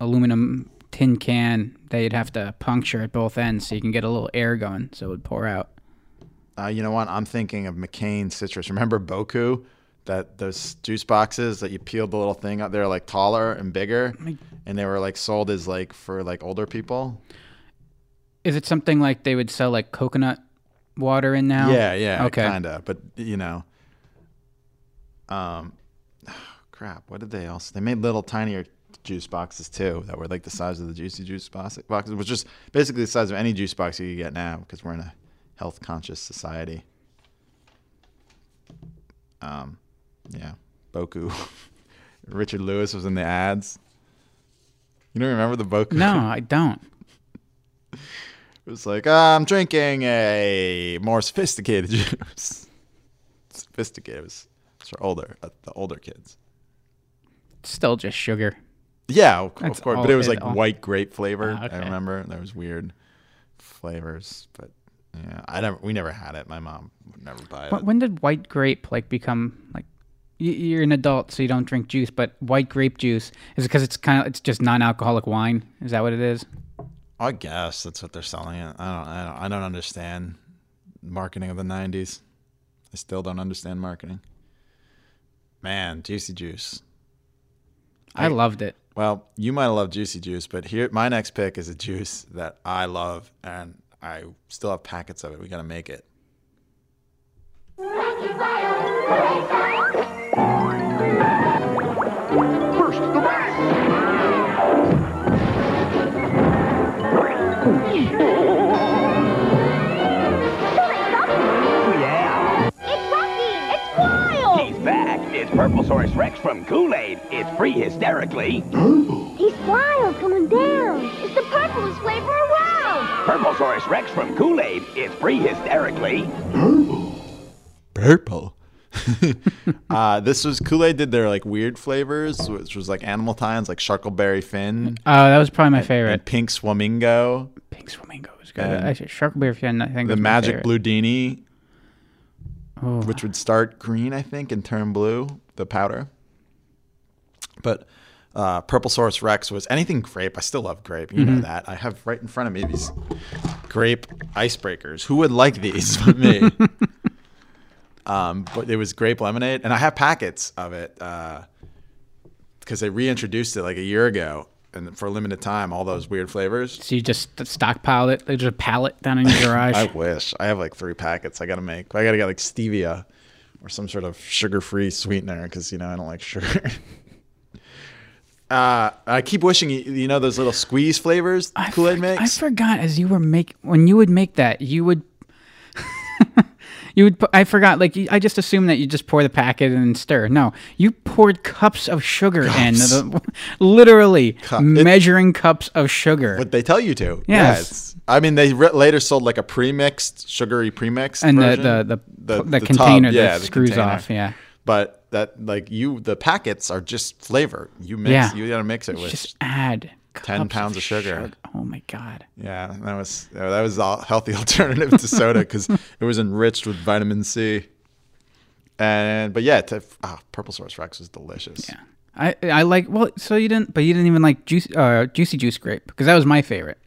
S3: aluminum tin can that you'd have to puncture at both ends so you can get a little air going, so it would pour out.
S2: Uh, you know what? I'm thinking of McCain citrus. Remember Boku? That those juice boxes that you peeled the little thing out, they're like taller and bigger, and they were like sold as like for like older people.
S3: Is it something like they would sell like coconut water in now?
S2: Yeah, yeah,
S3: Okay.
S2: kinda. But you know, um, crap. What did they else? They made little tinier juice boxes too that were like the size of the Juicy Juice box- boxes, which is basically the size of any juice box you could get now because we're in a health conscious society. Um, yeah, Boku. Richard Lewis was in the ads. You don't remember the Boku?
S3: No, I don't.
S2: It was like, "Ah, I'm drinking a more sophisticated juice. sophisticated was it's for older, uh, the older kids.
S3: It's still just sugar.
S2: Yeah, of, of
S3: That's
S2: course.
S3: all
S2: But it was
S3: it-
S2: like
S3: all-
S2: white grape flavor.
S3: Ah, okay.
S2: I remember there was weird flavors, but yeah, I never we never had it. My mom would never buy it.
S3: Wh- When did white grape like become like? y- You're an adult, so you don't drink juice, but white grape juice is it because it's kind of it's just non-alcoholic wine. Is that what it is?
S2: I guess that's what they're selling it. I don't, I don't, I don't understand marketing of the '90s. I still don't understand marketing. Man, Juicy Juice.
S3: I loved it.
S2: Well, you might have loved Juicy Juice, but here, my next pick is a juice that I love, and I still have packets of it. We gotta make it.
S19: He's back. It's Purple Source Rex from Kool-Aid. It's free hysterically.
S17: He's wild, coming down. It's the purplest flavor around.
S19: Purple Source Rex from Kool-Aid. It's free hysterically.
S2: Purple. uh, this was Kool Aid did their like weird flavors, which was like animal tines, like Sharkleberry Fin.
S3: Oh, that was probably my
S2: and-
S3: favorite.
S2: And Pink Swamingo.
S3: Pink Swamingo was good. Actually, Sharkberry Fin, I think
S2: the
S3: was my
S2: magic
S3: favorite. Oh.
S2: Bludini, which would start green, I think, and turn blue, the powder. But uh, Purple Source Rex was anything grape. I still love grape. You
S3: Mm-hmm.
S2: know
S20: Mhm.
S2: that. I have right in front of me these grape icebreakers. Who would like these but me? um, but it was grape lemonade, and I have packets of it. Uh, because they reintroduced it like a year ago and for a limited time all those weird flavors
S3: so you just stockpiled it there's a pallet down in your garage
S2: i wish i have like three packets i gotta make i gotta get like stevia or some sort of sugar-free sweetener because you know i don't like sugar uh i keep wishing you, you know those little squeeze flavors kool-aid makes
S3: I forgot as you were make when you would make that you would you would pu- I forgot like you- I just assumed that you just pour the packet and stir. No, you poured cups of sugar
S2: Cups.
S3: in, The- literally measuring cups of sugar.
S2: But they tell you to.
S3: Yes.
S2: Yeah, it's- I mean, they re- later sold like a pre-mixed sugary pre-mixed
S3: And the-
S2: version.
S3: the- the- the container that screws off, yeah.
S2: But that like you, the packets are just flavor. You mix.
S3: Yeah.
S2: You gotta mix it with
S3: just add
S2: ten pounds of, sugar.
S3: Oh my god.
S2: Yeah, and that was uh, that was a healthy alternative to soda because it was enriched with vitamin C. And but yeah, to, ah, purple source Rex was delicious. Yeah.
S3: I I like well so you didn't but you didn't even like juice uh, juicy juice grape because that was my favorite.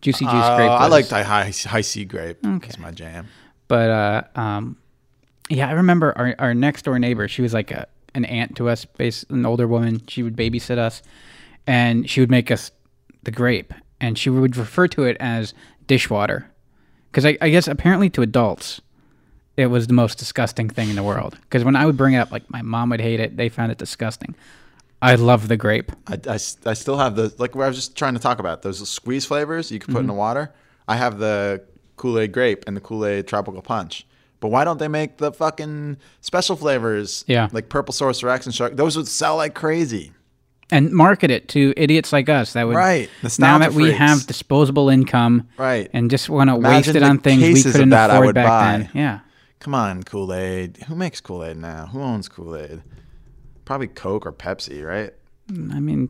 S3: Juicy juice
S2: Uh,
S3: grape.
S2: I
S3: was-
S2: liked high high high C grape.
S3: Okay.
S2: It's my jam.
S3: But uh, um, yeah, I remember our, our next door neighbor. She was like a, an aunt to us, bas an older woman. She would babysit us, and she would make us the grape, and she would refer to it as dishwater, because I, I guess apparently to adults, it was the most disgusting thing in the world. Because when I would bring it up, like my mom would hate it. They found it disgusting. I love the grape.
S2: I, I s- I still have the like where I was just trying to talk about those squeeze flavors you could put
S3: Mm-hmm.
S2: in the water. I have the Kool Aid grape and the Kool Aid tropical punch. But why don't they make the fucking special flavors?
S3: Yeah.
S2: like purple source Rex and shark. Those would sell like crazy.
S3: and market it to idiots like us that would
S2: Right.
S3: now
S2: Nostalgia
S3: that we
S2: freaks.
S3: have disposable income
S2: Right.
S3: and just want to
S2: Imagine
S3: waste it
S2: the
S3: on things we
S2: cases of
S3: couldn't
S2: that I
S3: afford
S2: would
S3: back
S2: buy.
S3: then yeah
S2: Come on, Kool Aid. Who makes Kool Aid now? Who owns Kool Aid? Probably Coke or Pepsi, right?
S3: Mm, i mean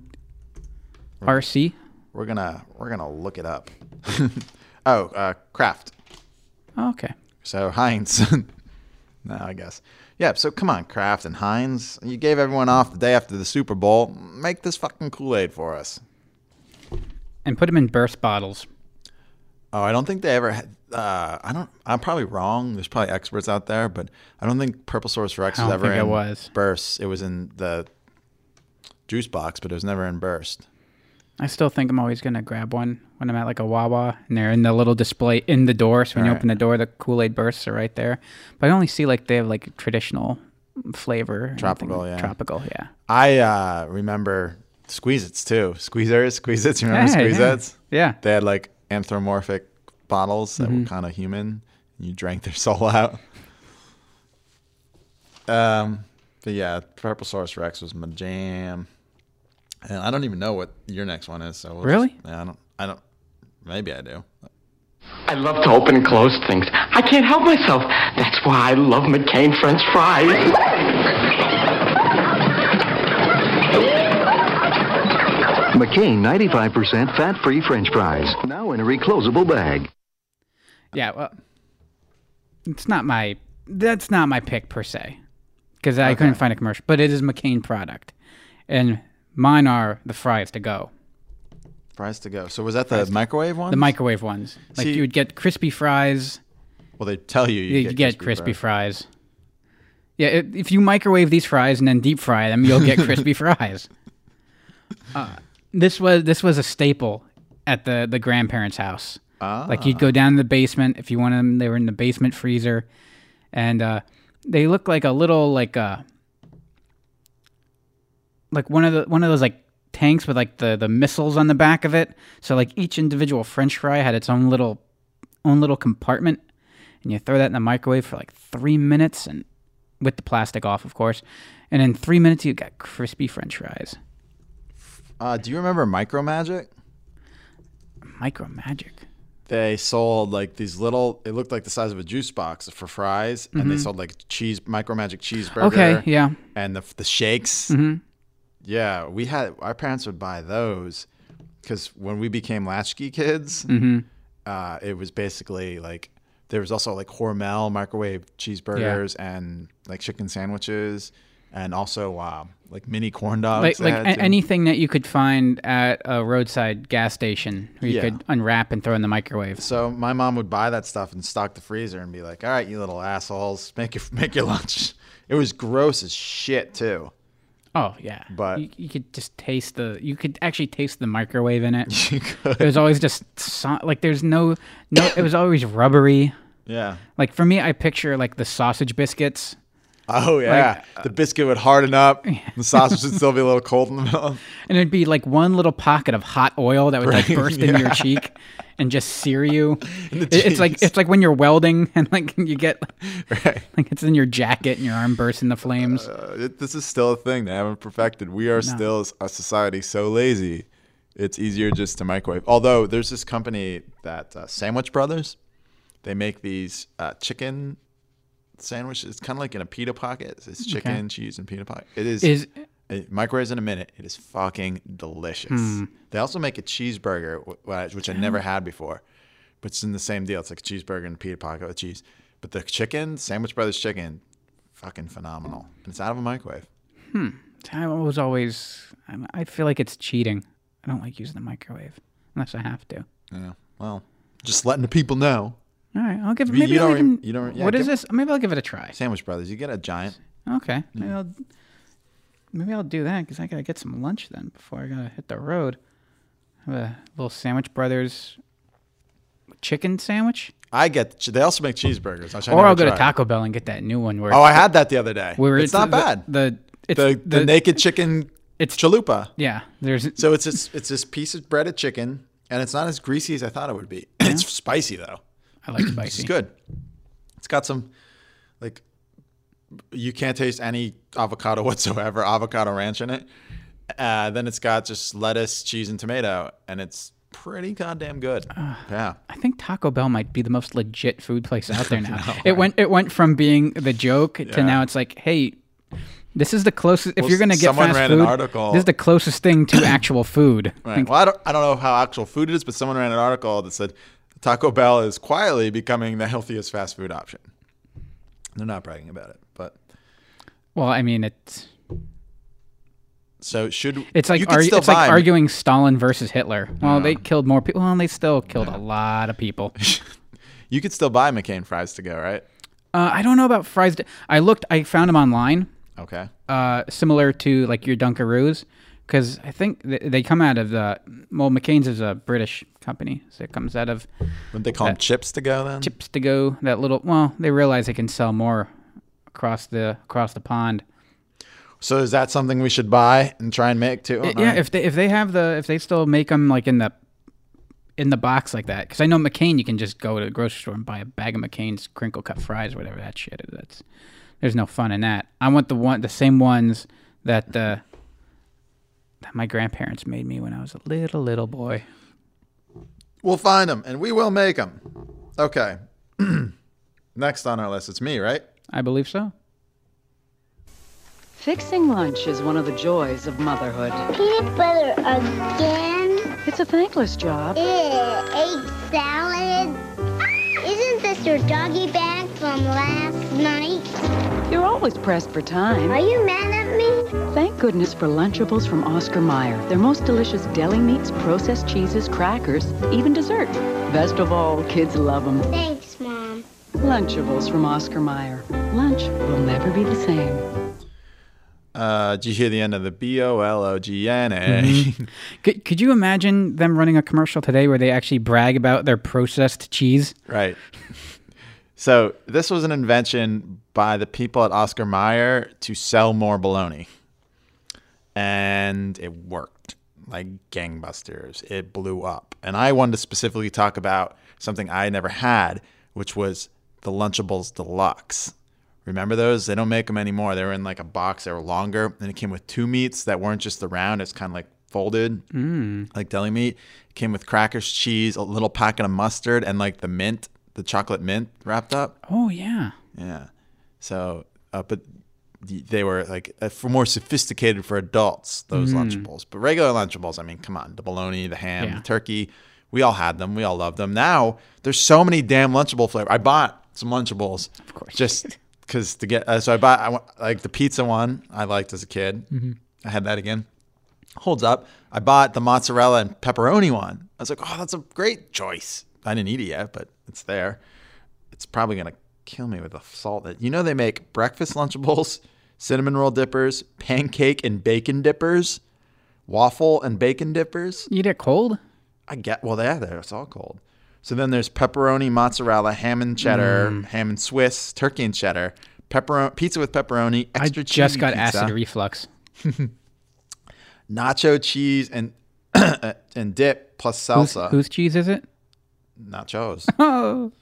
S3: rc
S2: We're gonna we're gonna look it up. oh, uh, Kraft.
S3: Oh, okay
S2: So Heinz. no, I guess. Yeah, so come on, Kraft and Heinz. You gave everyone off the day after the Super Bowl. Make this fucking Kool Aid for us.
S3: and put them in burst bottles
S2: Oh, I don't think they ever had. Uh, I don't. I'm probably wrong. There's probably experts out there, but I don't think Purple Source Rex
S3: I
S2: was
S3: don't
S2: ever
S3: think it
S2: in
S3: was.
S2: Burst. It was in the juice box, but it was never in Burst.
S3: I still think I'm always gonna grab one when I'm at like a Wawa, and they're in the little display in the door. So when you
S2: Right.
S3: open the door, the Kool Aid bursts are right there. But I only see like they have like traditional flavor, anything
S2: Tropical, yeah.
S3: tropical, yeah.
S2: I uh, remember Squeeze Its too. Squeezers, Squeeze Its. You remember
S3: Yeah, yeah.
S2: Squeeze Its?
S3: Yeah.
S2: They had like anthropomorphic bottles that were
S3: Mhm.
S2: kind of human. And you drank their soul out. Um, but yeah, Purple Source Rex was my jam. And I don't even know what your next one is. So we'll just-
S3: Really?
S2: yeah, I don't. I don't. Maybe I do.
S20: I love to open and close things. I can't help myself. That's why I love McCain French fries.
S21: McCain 95% fat free french fries. Now in a reclosable bag.
S3: Yeah, well, it's not my that's not my pick per se because I couldn't find a commercial, but it is McCain product, and mine are the fries to go,
S2: Fries to go. So was that the microwave one?
S3: the microwave ones. Like
S2: See-
S3: you would get crispy fries.
S2: Well, they tell you you
S3: you
S2: get
S3: get,
S2: crispy
S3: crispy, fries. Yeah, i- if you microwave these fries and then deep fry them, you'll get crispy fries. Uh, this was this was a staple at the the grandparents' house. Like you'd go down to the basement if you wanted them. They were in the basement freezer, and uh, they look like a little like uh, like one of the one of those like tanks with like the the missiles on the back of it. So like each individual French fry had its own little own little compartment, and you throw that in the microwave for like three minutes, and with the plastic off, of course. And in three minutes, you got crispy French fries.
S2: Uh, do you remember Micro Magic?
S3: Micro Magic.
S2: They sold like these little. It looked like the size of a juice box for fries, and they
S3: Mhm.
S2: sold like cheese Micro Magic cheeseburger.
S3: Okay, yeah.
S2: And the the shakes.
S3: Mhm.
S2: Yeah, we had our parents would buy those because when we became latchkey kids,
S3: Mhm.
S2: uh, it was basically like there was also like Hormel microwave cheeseburgers and like chicken sandwiches, and also uh, like mini corn dogs.
S3: like
S2: they
S3: like
S2: had,
S3: a-
S2: too.
S3: anything that you could find at a roadside gas station, where you
S2: Yeah.
S3: could unwrap and throw in the microwave.
S2: So my mom would buy that stuff and stock the freezer and be like, "All right, you little assholes, make your make your lunch." It was gross as shit too.
S3: Oh yeah,
S2: But
S3: you, you could just taste the. You could actually taste the microwave in it. It was always just so, like there's no no. It was always rubbery.
S2: Yeah.
S3: Like for me, I picture like the sausage biscuits.
S2: oh yeah, the biscuit would harden up. The sausage would still be a little cold in the middle.
S3: and it'd be like one little pocket of hot oil that would like
S2: Right,
S3: burst into your
S2: yeah.
S3: cheek and just sear you.
S2: And the
S3: It- it's like
S2: cheese.
S3: it's like when you're welding and like you get
S2: right.
S3: like it's in your jacket and your arm bursts into flames.
S2: Uh, it, this is still a thing they haven't perfected. We are
S3: No.
S2: still a society so lazy. It's easier just to microwave. Although there's this company that uh, Sandwich Brothers, they make these uh, chicken sandwiches. It's kind of like in a pita pocket. It's
S3: Okay.
S2: chicken, cheese, and pita pocket. It is.
S3: Is-
S2: it microwaves in a minute. It is fucking delicious.
S3: Hmm.
S2: They also make a cheeseburger, wh- wh- which I never had before, but it's in the same deal. It's like a cheeseburger and a pita pocket with cheese. But the chicken, Sandwich Brothers chicken, fucking phenomenal. And it's out of a microwave.
S3: Hmm. I was always. I'm- I feel like it's cheating. I don't like using the microwave unless I have to.
S2: Yeah. Well, just letting the people know.
S3: All right, I'll give.
S2: You-
S3: Maybe
S2: you
S3: I'll
S2: don't rem-
S3: even-
S2: you don't- yeah,
S3: what is
S2: give-
S3: this? Maybe I'll give it a try.
S2: Sandwich Brothers, you get a giant.
S3: Okay. Maybe I'll maybe I'll do that because I gotta get some lunch then before I gotta hit the road. Have a little sandwich brothers chicken sandwich,
S2: I get. ch- They also make cheeseburgers. which I
S3: or I'll
S2: never
S3: go to
S2: tried.
S3: Taco Bell and get that new one where
S2: Oh, I had that the other day.
S3: Where
S2: it's, not
S3: the-
S2: bad.
S3: The it's
S2: the, the, naked chicken
S3: it's
S2: chalupa.
S3: yeah. There's
S2: So it's this, it's this piece of breaded chicken, and it's not as greasy as I thought it would be. It's spicy though.
S3: I like
S2: It's
S3: spicy.
S2: good. It's got some like you can't taste any avocado whatsoever, avocado ranch in it. Uh, then it's got just lettuce, cheese, and tomato, and it's pretty goddamn good. yeah.
S3: I think Taco Bell might be the most legit food place out there now. it went it went from being the joke to
S2: Yeah.
S3: now it's like, hey, this is the closest. If
S2: Well,
S3: you're gonna get
S2: someone
S3: fast
S2: ran an
S3: food,
S2: article-
S3: this is the closest thing to actual food.
S2: Right. Well, I don't, I don't know how actual food it is, but someone ran an article that said Taco Bell is quietly becoming the healthiest fast food option. They're not bragging about it, but
S3: Well, I mean, it's
S2: So should
S3: It's like
S2: you can
S3: argu-
S2: still
S3: it's like
S2: buy-
S3: arguing Stalin versus Hitler. Well, they killed more people. Well, they still killed a lot of people.
S2: you could still buy McCain fries to go, right?
S3: Uh, I don't know about fries. to- I looked. I found them online.
S2: Okay.
S3: Uh, similar to like your Dunkaroos, because I think th- they come out of the. Well, McCain's is a British company, so it comes out of.
S2: Wouldn't they call 'em chips to go then?
S3: Chips to go. That little. Well, they realize they can sell more across the across the pond.
S2: So is that something we should buy and try and make too? Oh,
S3: Uh, yeah, if they if they have the if they still make them like in the in the box like that, because I know McCain, you can just go to the grocery store and buy a bag of McCain's crinkle cut fries, whatever that shit is. That's there's no fun in that. I want the one the same ones that uh, that my grandparents made me when I was a little little boy.
S2: We'll find them and we will make them. Okay. Next on our list, it's me, right?
S3: I believe so.
S1: Fixing lunch is one of the joys of motherhood.
S17: Peanut butter again?
S1: It's a thankless job.
S17: Ugh, egg salad? Isn't this your doggy bag from last night?
S1: You're always pressed for time.
S17: Are you mad at me?
S1: Thank goodness for Lunchables from Oscar Mayer. Their most delicious deli meats, processed cheeses, crackers, even dessert. Best of all, kids love them.
S17: Thanks, Mom.
S1: Lunchables from Oscar Mayer. Lunch will never be the same.
S2: Uh, did you hear the end of the B O L O G N A?
S3: Mhm. Could could you imagine them running a commercial today where they actually brag about their processed cheese?
S2: Right. So this was an invention by the people at Oscar Mayer to sell more bologna, and it worked like gangbusters. It blew up, and I wanted to specifically talk about something I never had, which was the Lunchables Deluxe. Remember those? They don't make them anymore. They were in like a box. They were longer, and it came with two meats that weren't just the round. It's kind of like folded,
S3: Mm.
S2: like deli meat. Came with crackers, cheese, a little packet of mustard, and like the mint, the chocolate mint wrapped up.
S3: Oh yeah.
S2: Yeah. So, uh, but th- they were like uh, for more sophisticated for adults those
S22: Mhm.
S2: lunchables. But regular lunchables, I mean, come on, the bologna, the ham,
S22: Yeah.
S2: the turkey, we all had them, we all loved them. Now there's so many damn lunchable flavor. I bought some lunchables, of course, just because to get. Uh, so I bought I, wa- like the pizza one I liked as a kid.
S22: Mhm.
S2: I had that again. Holds up. I bought the mozzarella and pepperoni one. I was like, oh, that's a great choice. I didn't eat it yet, but it's there. It's probably gonna kill me with the salt that you know they make breakfast lunchables, cinnamon roll dippers, pancake and bacon dippers, waffle and bacon dippers.
S3: You eat it cold?
S2: I get well, yeah, there it's all cold. So then there's pepperoni, mozzarella, ham and cheddar,
S3: Mm.
S2: ham and Swiss, turkey and cheddar, pepperoni pizza with pepperoni, extra
S3: I
S2: cheese.
S3: just got
S2: pizza
S3: acid reflux.
S2: nacho cheese and and dip plus
S3: Whose-
S2: salsa.
S3: whose cheese is it?
S2: nachos?
S3: Oh.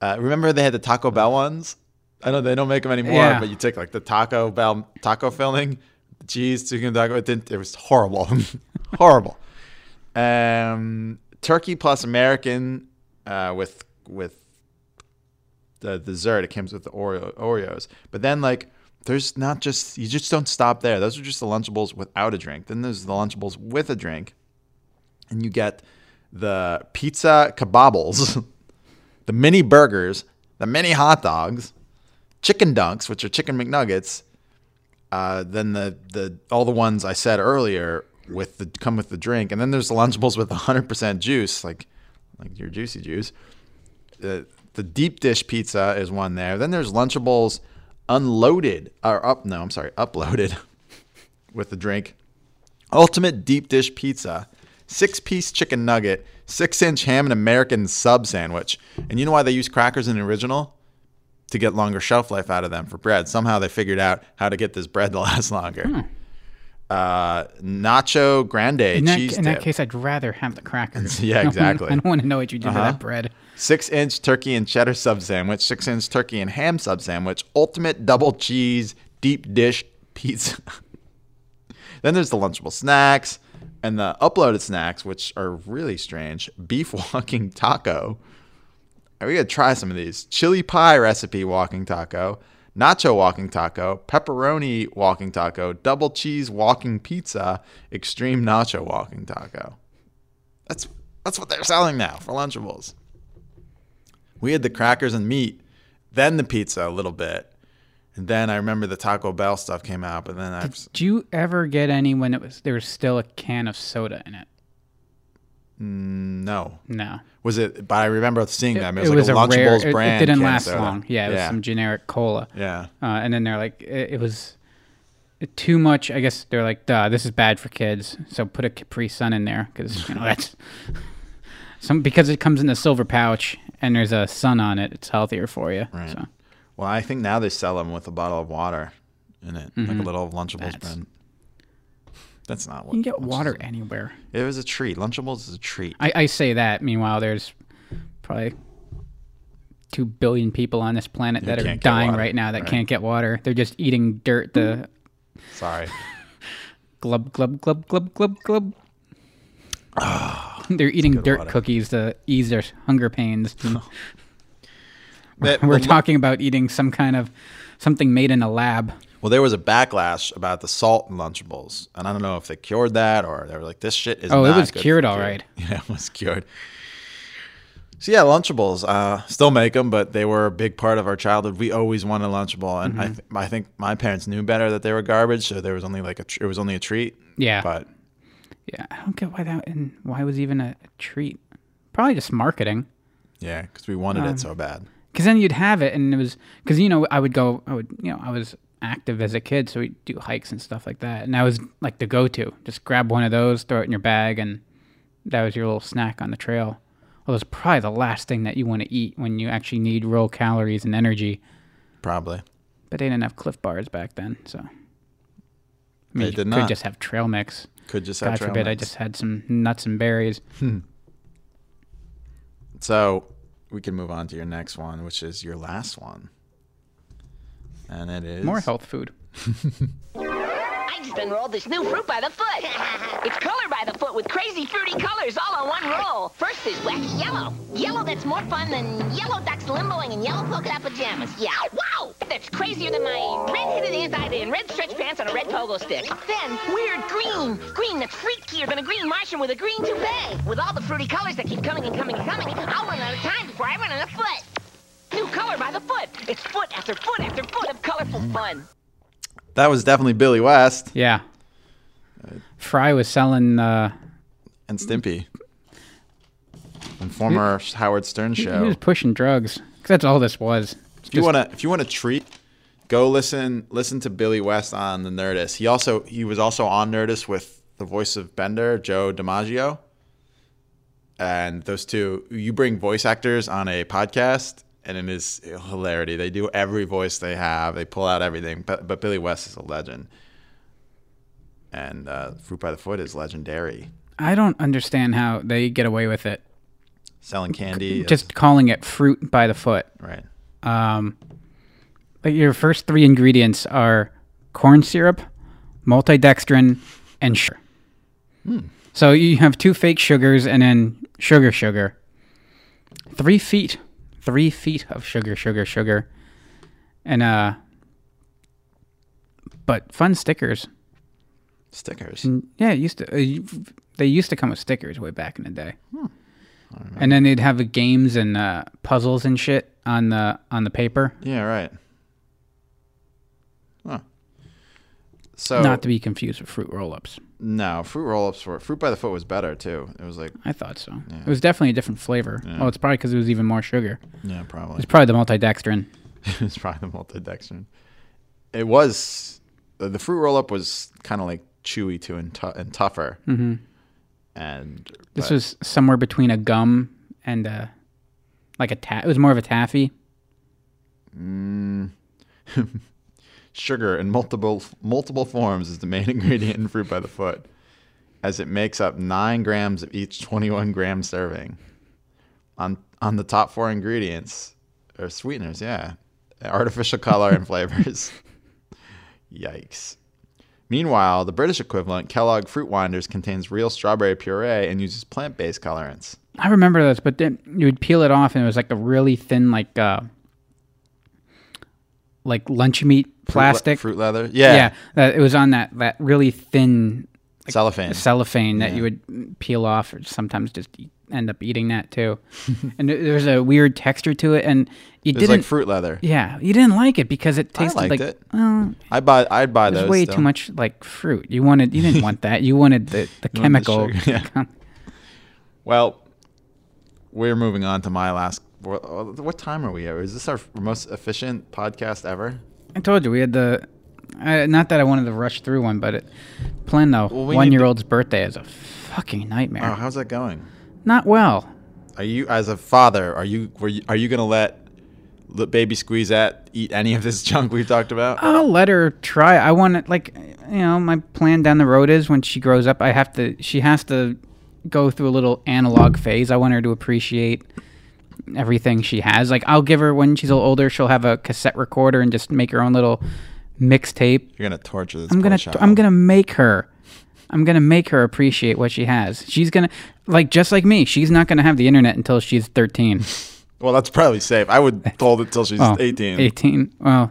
S2: Uh, remember they had the Taco Bell ones. I know they don't make them anymore,
S3: Yeah.
S2: but you take like the Taco Bell taco filling, the cheese chicken taco. It, didn't, it was horrible, horrible. Um, turkey plus American uh, with with the dessert. It comes with the Oreo Oreos. But then like there's not just you just don't stop there. Those are just the Lunchables without a drink. Then there's the Lunchables with a drink, and you get the pizza kebabbles, the mini burgers, the mini hot dogs, chicken dunks, which are chicken McNuggets. Uh, then the the all the ones I said earlier with the come with the drink, and then there's the Lunchables with 100% juice, like like your juicy juice the the deep dish pizza is one there. Then there's Lunchables unloaded or up no, I'm sorry, uploaded with the drink. Ultimate deep dish pizza, six piece chicken nugget, six inch ham and American sub sandwich. And you know why they use crackers in the original? To get longer shelf life out of them for bread. Somehow they figured out how to get this bread to last longer.
S3: Hmm.
S2: Uh, nacho grande
S3: in that,
S2: cheese
S3: in that
S2: dip.
S3: case, I'd rather have the crackers. I
S2: Yeah,
S3: don't-
S2: exactly.
S3: I don't want to know what you did to
S2: Uh-huh.
S3: that bread.
S2: Six inch turkey and cheddar sub sandwich, six inch turkey and ham sub sandwich, ultimate double cheese deep dish pizza. then there's the Lunchable snacks and the uploaded snacks, which are really strange. Beef walking taco. We gotta try some of these. Chili pie recipe walking taco, nacho walking taco, pepperoni walking taco, double cheese walking pizza, extreme nacho walking taco. That's that's what they're selling now for Lunchables. We had the crackers and meat, then the pizza a little bit, And then I remember the Taco Bell stuff came out, but then I
S3: Did you ever get any when it was there was still a can of soda in it?
S2: Mm, no.
S3: No.
S2: Was it? But I remember seeing them. It was
S3: it
S2: like
S3: was
S2: a,
S3: a
S2: Lunchables
S3: rare- it- it
S2: brand.
S3: didn't
S2: can of
S3: last
S2: soda.
S3: long. Yeah, it was some generic cola.
S2: Yeah.
S3: Uh, and then they're like, it, it was too much. I guess they're like, duh, this is bad for kids. So put a Capri Sun in there because you know that's some because it comes in a silver pouch and there's a sun on it. It's healthier for you.
S2: Right.
S3: So
S2: Well, I think now they sell them with a bottle of water in it, like a
S3: Mhm.
S2: little Lunchables
S3: That's-
S2: brand. That's not
S3: you
S2: what
S3: can get
S2: Lunchables-
S3: water anywhere.
S2: It was a treat. Lunchables is a treat.
S3: I, I say that. Meanwhile, there's probably two billion people on this planet
S2: Who
S3: that are
S2: can't get
S3: dying
S2: water,
S3: right now that
S2: right.
S3: can't get water. They're just eating dirt. The
S2: Sorry.
S3: glub glub glub glub glub glub. They're eating
S2: Ah, good
S3: dirt
S2: water.
S3: cookies to ease their hunger pains.
S2: That-
S3: We're
S2: well,
S3: talking about eating some kind of something made in a lab.
S2: Well, there was a backlash about the salt in Lunchables, and I don't know if they cured that or they were like, "This shit is."
S3: Oh, it
S2: not
S3: was
S2: good for
S3: cured
S2: you.
S3: all right.
S2: Yeah, it was cured. So yeah, Lunchables uh, still make them, but they were a big part of our childhood. We always wanted a Lunchable, and I,
S3: Mhm.
S2: th- I think my parents knew better that they were garbage, so there was only like a tr- it was only a treat.
S3: Yeah.
S2: but
S3: Yeah, I don't get why that and why it was even a, a treat. Probably just marketing.
S2: yeah, because we wanted
S3: Um,
S2: it so bad.
S3: Because then you'd have it, and it was because you know I would go, I would you know I was active as a kid, so we'd do hikes and stuff like that, and that was like the go-to. Just grab one of those, throw it in your bag, and that was your little snack on the trail. Well, it's probably the last thing that you want to eat when you actually need real calories and energy.
S2: Probably.
S3: But they didn't have Cliff Bars back then, so. I mean,
S2: They
S3: you
S2: did
S3: could
S2: not.
S3: just have trail mix.
S2: Could just
S3: God
S2: have trail
S3: forbid, I
S2: mix.
S3: just had some nuts and berries.
S2: So we can move on to your next one, which is your last one, and it is
S3: More health food.
S4: I just unrolled this new fruit by the foot. It's color by the foot with crazy fruity colors all on one roll. First is wacky yellow. Yellow that's more fun than yellow ducks limboing in yellow polka dot pajamas. Yeah, wow! That's crazier than my red-headed inside in red stretch pants on a red pogo stick. Then weird green. Green that's freakier than a green Martian with a green toupee. With all the fruity colors that keep coming and coming and coming, I'll run out of time before I run out of foot. New color by the foot. It's foot after foot after foot of colorful fun.
S2: That was definitely Billy West
S3: Yeah.
S2: Uh,
S3: Fry was selling. Uh,
S2: and Stimpy. And former Howard Stern
S3: he-
S2: show.
S3: He was pushing drugs. 'Cause that's all this was.
S2: If you want to, if you want to treat, go listen listen to Billy West on the Nerdist. He also he was also on Nerdist with the voice of Bender, Joe DiMaggio, and those two. You bring voice actors on a podcast, and it is hilarity. They do every voice they have. They pull out everything. But but Billy West is a legend, and uh, Fruit by the Foot is legendary.
S3: I don't understand how they get away with it.
S2: Selling candy, is-
S3: Just calling it fruit by the foot.
S2: Right.
S3: Um, like your first three ingredients are corn syrup, maltodextrin, and sugar.
S2: Hmm.
S3: So you have two fake sugars and then sugar, sugar. Three feet, three feet of sugar, sugar, sugar, and uh. But fun stickers.
S2: stickers.
S3: And, yeah, it used to. Uh, you- they used to come with stickers way back in the day.
S2: Hmm.
S3: And then they'd have the games and uh, puzzles and shit on the on the paper.
S2: Yeah, right. Huh. So
S3: Not to be confused with fruit roll-ups.
S2: No, fruit roll-ups were fruit by the foot was better too. It was like
S3: I thought so.
S2: Yeah.
S3: It was definitely a different flavor.
S2: Yeah.
S3: Well, it's probably because it was even more sugar.
S2: Yeah, probably.
S3: It's probably the multidextrin.
S2: it was probably the multidextrin. It was the the fruit roll-up was kind of like chewy too and, tou- and tougher.
S3: hmm
S2: And
S3: This
S2: but-
S3: was somewhere between a gum and a like a ta- It was more of a taffy.
S2: Mm. sugar in multiple multiple forms is the main ingredient in fruit by the foot, as it makes up nine grams of each 21 gram serving. On on the top four ingredients or sweeteners, yeah, artificial color and flavors. Yikes. Meanwhile, the British equivalent, Kellogg Fruit Winders, contains real strawberry puree and uses plant-based colorants.
S3: I remember this, but then you would peel it off, and it was like a really thin, like uh, like lunch meat
S2: Fruit le-
S3: plastic
S2: fruit leather. Yeah.
S3: yeah. That, it was on that that really thin
S2: cellophane.
S3: cellophane that you would peel off, or sometimes just e- end up eating that too. and there- there's a weird texture to it, and you
S2: It's like
S3: didn't
S2: fruit leather.
S3: Yeah, you didn't like it because it tasted
S2: liked
S3: like
S2: it.
S3: well,
S2: I buy. I'd buy
S3: there's
S2: those.
S3: way
S2: still.
S3: too much like fruit. You wanted you didn't want that. You wanted the, the
S2: You wanted the
S3: chemical.
S2: sugar, Well, we're moving on to my last. What what time are we at? Is this our most efficient podcast ever?
S3: I told you we had the. I, not that I wanted to rush through one, but it, plan the
S2: we need
S3: one year old's birthday is a fucking nightmare.
S2: Oh, how's that going?
S3: Not well.
S2: Are you, as a father, are you were you, are you gonna let the baby Squeezette eat any of this junk we've talked about?
S3: I'll let her try. I want to like you know my plan down the road is when she grows up, I have to. She has to go through a little analog phase. I want her to appreciate everything she has. Like I'll give her when she's a little older, she'll have a cassette recorder and just make her own little mixtape.
S2: You're gonna torture this.
S3: I'm
S2: poor
S3: gonna
S2: child.
S3: I'm gonna make her. I'm gonna make her appreciate what she has. She's gonna like just like me. She's not gonna have the internet until she's 13.
S2: Well, that's probably safe. I would hold it till she's
S3: Oh,
S2: 18.
S3: 18. Well,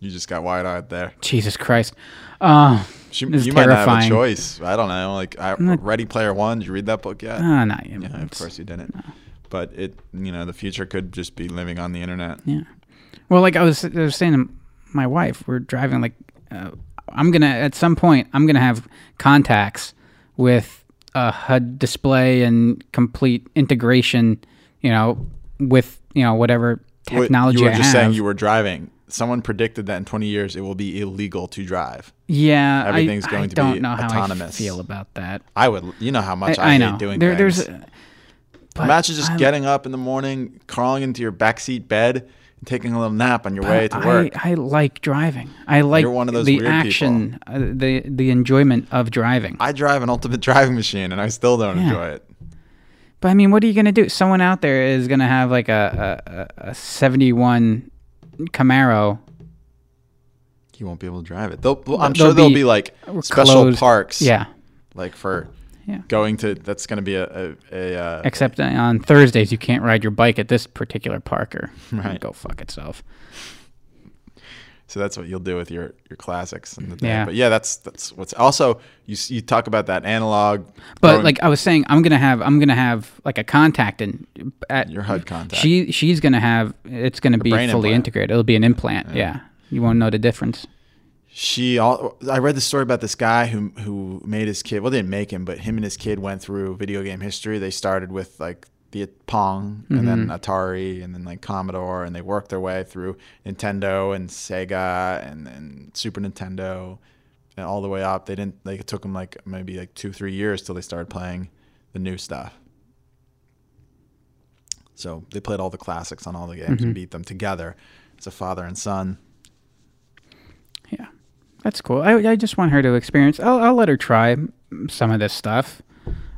S2: You just got wide eyed there.
S3: Jesus Christ. Uh,
S2: She,
S3: this is
S2: you might not
S3: terrifying.
S2: have a choice. I don't know. Like I,
S3: I'm not-
S2: Ready Player One. Did you read that book yet?
S3: Ah, not yet.
S2: Yeah, of course you didn't. But it, you know, the future could just be living on the internet.
S3: Yeah. Well, like I was, I was saying to my wife, we're driving. Like, uh, I'm gonna at some point, I'm gonna have contacts with a HUD display and complete integration. You know, with you know whatever
S2: What-
S3: technology
S2: You were
S3: I
S2: just
S3: have.
S2: saying you were driving. Someone predicted that in 20 years it will be illegal to drive.
S3: yeah, I-
S2: everything's
S3: I,
S2: going to
S3: don't
S2: be
S3: know how
S2: autonomous.
S3: I feel about that.
S2: I would. You know how much I,
S3: I,
S2: hate
S3: know.
S2: doing
S3: There-
S2: things.
S3: There's, but
S2: Imagine just
S3: I-
S2: getting up in the morning, crawling into your backseat bed, and taking a little nap on your way to
S3: I,
S2: work.
S3: I like driving. I like
S2: one of those
S3: the
S2: weird people.
S3: action, uh, the the enjoyment of driving.
S2: I drive an ultimate driving machine, and I still don't
S3: Yeah.
S2: enjoy it.
S3: But I mean, what are you gonna do? Someone out there is gonna have like a a, a- a seventy-one Camaro.
S2: You won't be able to drive it. They'll, well,
S3: They'll-
S2: I'm sure
S3: they'll
S2: there'll
S3: be
S2: be like special
S3: closed.
S2: parks.
S3: Yeah.
S2: Like for
S3: Yeah.
S2: going to. That's going to be a a, a uh,
S3: Except on Thursdays, you can't ride your bike at this particular parker. Right. Go fuck itself.
S2: So that's what you'll do with your your classics. And the thing.
S3: Yeah.
S2: But yeah, that's that's what's also you s- you talk about that analog.
S3: But
S2: growing-
S3: like I was saying, I'm gonna have I'm gonna have like a contact and at your
S2: HUD contact.
S3: She she's gonna have it's gonna be fully
S2: brain implant.
S3: integrated. It'll be an implant. Yeah. You won't know the difference.
S2: she all I read the story about this guy who who made his kid. Well, they didn't make him, but him and his kid went through video game history. They started with like the Pong and then
S7: Mhm.
S2: Atari and then like Commodore and they worked their way through Nintendo and Sega and then Super Nintendo and all the way up. They didn't like it took them like maybe like 2 3 years till they started playing the new stuff. So they played all the classics on all the games and
S3: Mhm.
S2: beat them together. It's a father and son.
S3: That's cool. I, I just want her to experience. I'll, I'll let her try some of this stuff.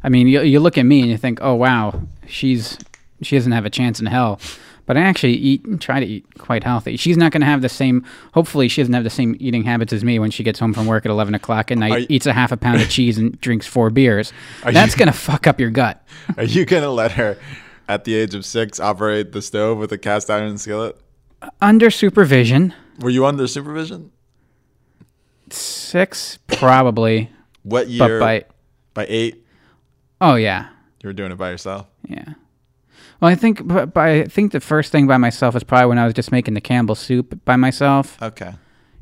S3: I mean, you, you look at me and you think, oh wow, she's she doesn't have a chance in hell. But I actually eat and try to eat quite healthy. She's not going to have the same. Hopefully, she doesn't have the same eating habits as me when she gets home from work at eleven o'clock at
S2: Are
S3: night,
S2: you-
S3: eats a half a pound of cheese, and drinks four beers.
S2: Are
S3: That's
S2: you-
S3: going to fuck up your gut.
S2: Are you gonna let her, at the age of six, operate the stove with a cast iron skillet?
S3: Under supervision,
S2: Were you under supervision?
S3: six probably.
S2: What
S3: But
S2: year?
S3: by-
S2: by eight,
S3: Oh yeah.
S2: you were doing it by yourself.
S3: Yeah. Well, I think but, but I think the first thing by myself is probably when I was just making the Campbell soup by myself.
S2: Okay.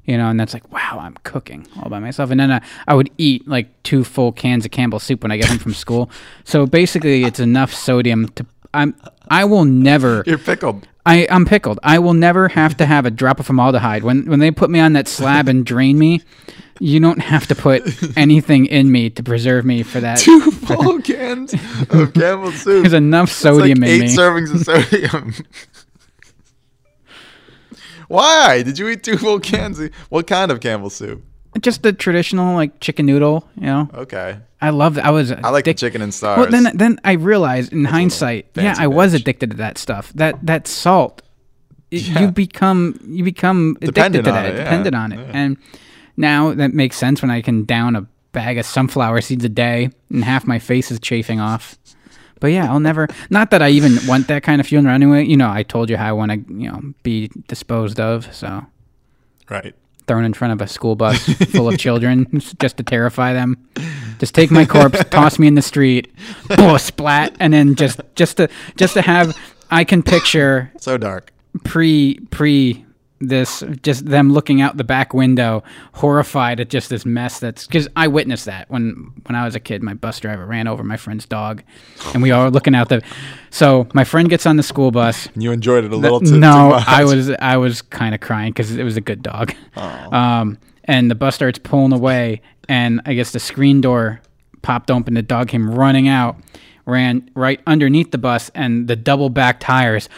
S3: You know, and that's like, wow, I'm cooking all by myself. And then I, I would eat like two full cans of Campbell soup when I get home from school. So basically, it's enough sodium to I'm I will never.
S2: You're pickled.
S3: I, I'm pickled. I will never have to have a drop of formaldehyde. When when they put me on that slab and drain me, you don't have to put anything in me to preserve me for that.
S2: Two full cans of Campbell's soup.
S3: There's enough
S2: That's
S3: sodium
S2: like
S3: in
S2: eight
S3: me.
S2: servings of sodium. Why did you eat two full cans? Of, what kind of Campbell's soup?
S3: Just the traditional like chicken noodle, you know.
S2: Okay.
S3: I loved. I was.
S2: I like the chicken and stars.
S3: Well, then then I realized in hindsight, yeah, I was addicted to that stuff. That that salt, y- you become you become
S2: Dependent
S3: addicted to
S2: on
S3: that,
S2: it, yeah,
S3: dependent on it,
S2: yeah.
S3: and now that makes sense when I can down a bag of sunflower seeds a day and half my face is chafing off. But yeah, I'll never. Not that I even want that kind of funeral anyway. You know, I told you how I want to, you know, be disposed of. So
S2: right.
S3: thrown in front of a school bus full of children just to terrify them. Just take my corpse, toss me in the street, oh, splat, and then just just to just to have I can picture
S2: so dark
S3: pre pre this just them looking out the back window horrified at just this mess that's because i witnessed that when when i was a kid my bus driver ran over my friend's dog and we all were looking out the so my friend gets on the school bus
S2: and you enjoyed it a
S3: The-
S2: little too,
S3: no
S2: too much.
S3: i was i was kind of crying because it was a good dog um and the bus starts pulling away and i guess the screen door popped open the dog came running out ran right underneath the bus and the double back tires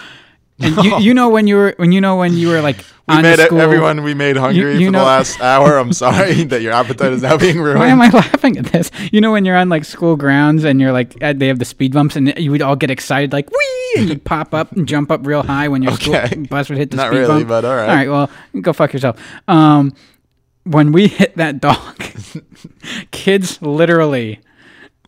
S3: and you, you know when you were when you know when you were like
S2: We
S3: on
S2: made
S3: to
S2: e-
S3: school,
S2: everyone we made hungry for the last hour. I'm sorry that your appetite is now being ruined.
S3: Why am I laughing at this? You know when you're on like school grounds and you're like uh, they have the speed bumps and you would all get excited like wee and you'd pop up and jump up real high when your
S2: Okay.
S3: school bus would hit the
S2: Not
S3: speed
S2: really,
S3: bump.
S2: but all right.
S3: All right, well go fuck yourself. Um, when we hit that dog, kids literally,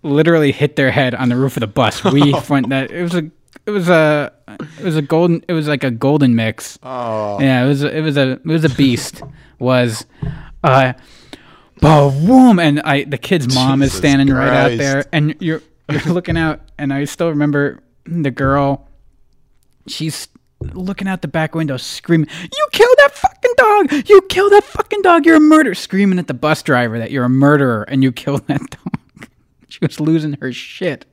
S3: literally hit their head on the roof of the bus. We
S2: Oh.
S3: went that it was a. It was a, it was a golden, it was like a golden mix.
S2: Oh.
S3: yeah, it was, it was a, it was a beast. was, uh, boom, and I, the kid's mom is
S2: Jesus
S3: standing right out
S2: Christ.
S3: there, and you're, you're looking out, and I still remember the girl. She's looking out the back window, screaming, "You killed that fucking dog! You killed that fucking dog! You're a murderer!" Screaming at the bus driver that you're a murderer and you killed that dog. she was losing her shit.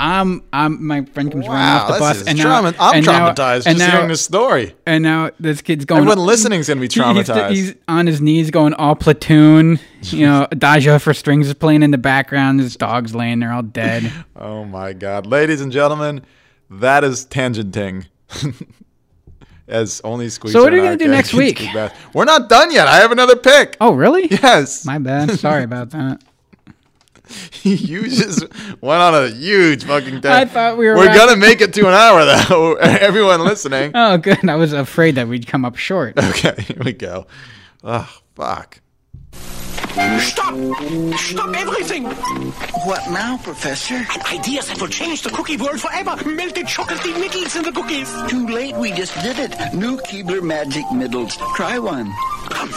S3: I'm, I'm. My friend comes running
S2: Wow,
S3: off the
S2: this
S3: bus,
S2: is
S3: and now,
S2: trauma- I'm
S3: and now-
S2: traumatized
S3: and
S2: just
S3: now-
S2: hearing this story.
S3: And now this kid's going.
S2: Everyone listening's gonna be
S3: He- he's-
S2: traumatized.
S3: He's, on his knees, going all platoon. You know, Adagio for strings is playing in the background. His dog's laying there, all dead.
S2: Oh my God, ladies and gentlemen, that is tangenting. As only squeaks.
S3: So what are
S2: in
S3: you
S2: our
S3: gonna do next
S2: games
S3: week?
S2: do best. We're not done yet. I have another pick.
S3: Oh really?
S2: Yes.
S3: My bad. Sorry about that.
S2: you just went on a huge fucking. Tangent.
S3: I thought we were
S2: We're
S3: wrapped-
S2: gonna make it to an hour though. Everyone listening.
S3: Oh, good. I was afraid that we'd come up short.
S2: Okay, here we go. Oh fuck.
S6: Stop! Stop everything! What now, Professor? An idea that will change the cookie world forever! Melted chocolatey middles in the cookies!
S16: Too late, we just did it. New Keebler Magic Middles. Try one.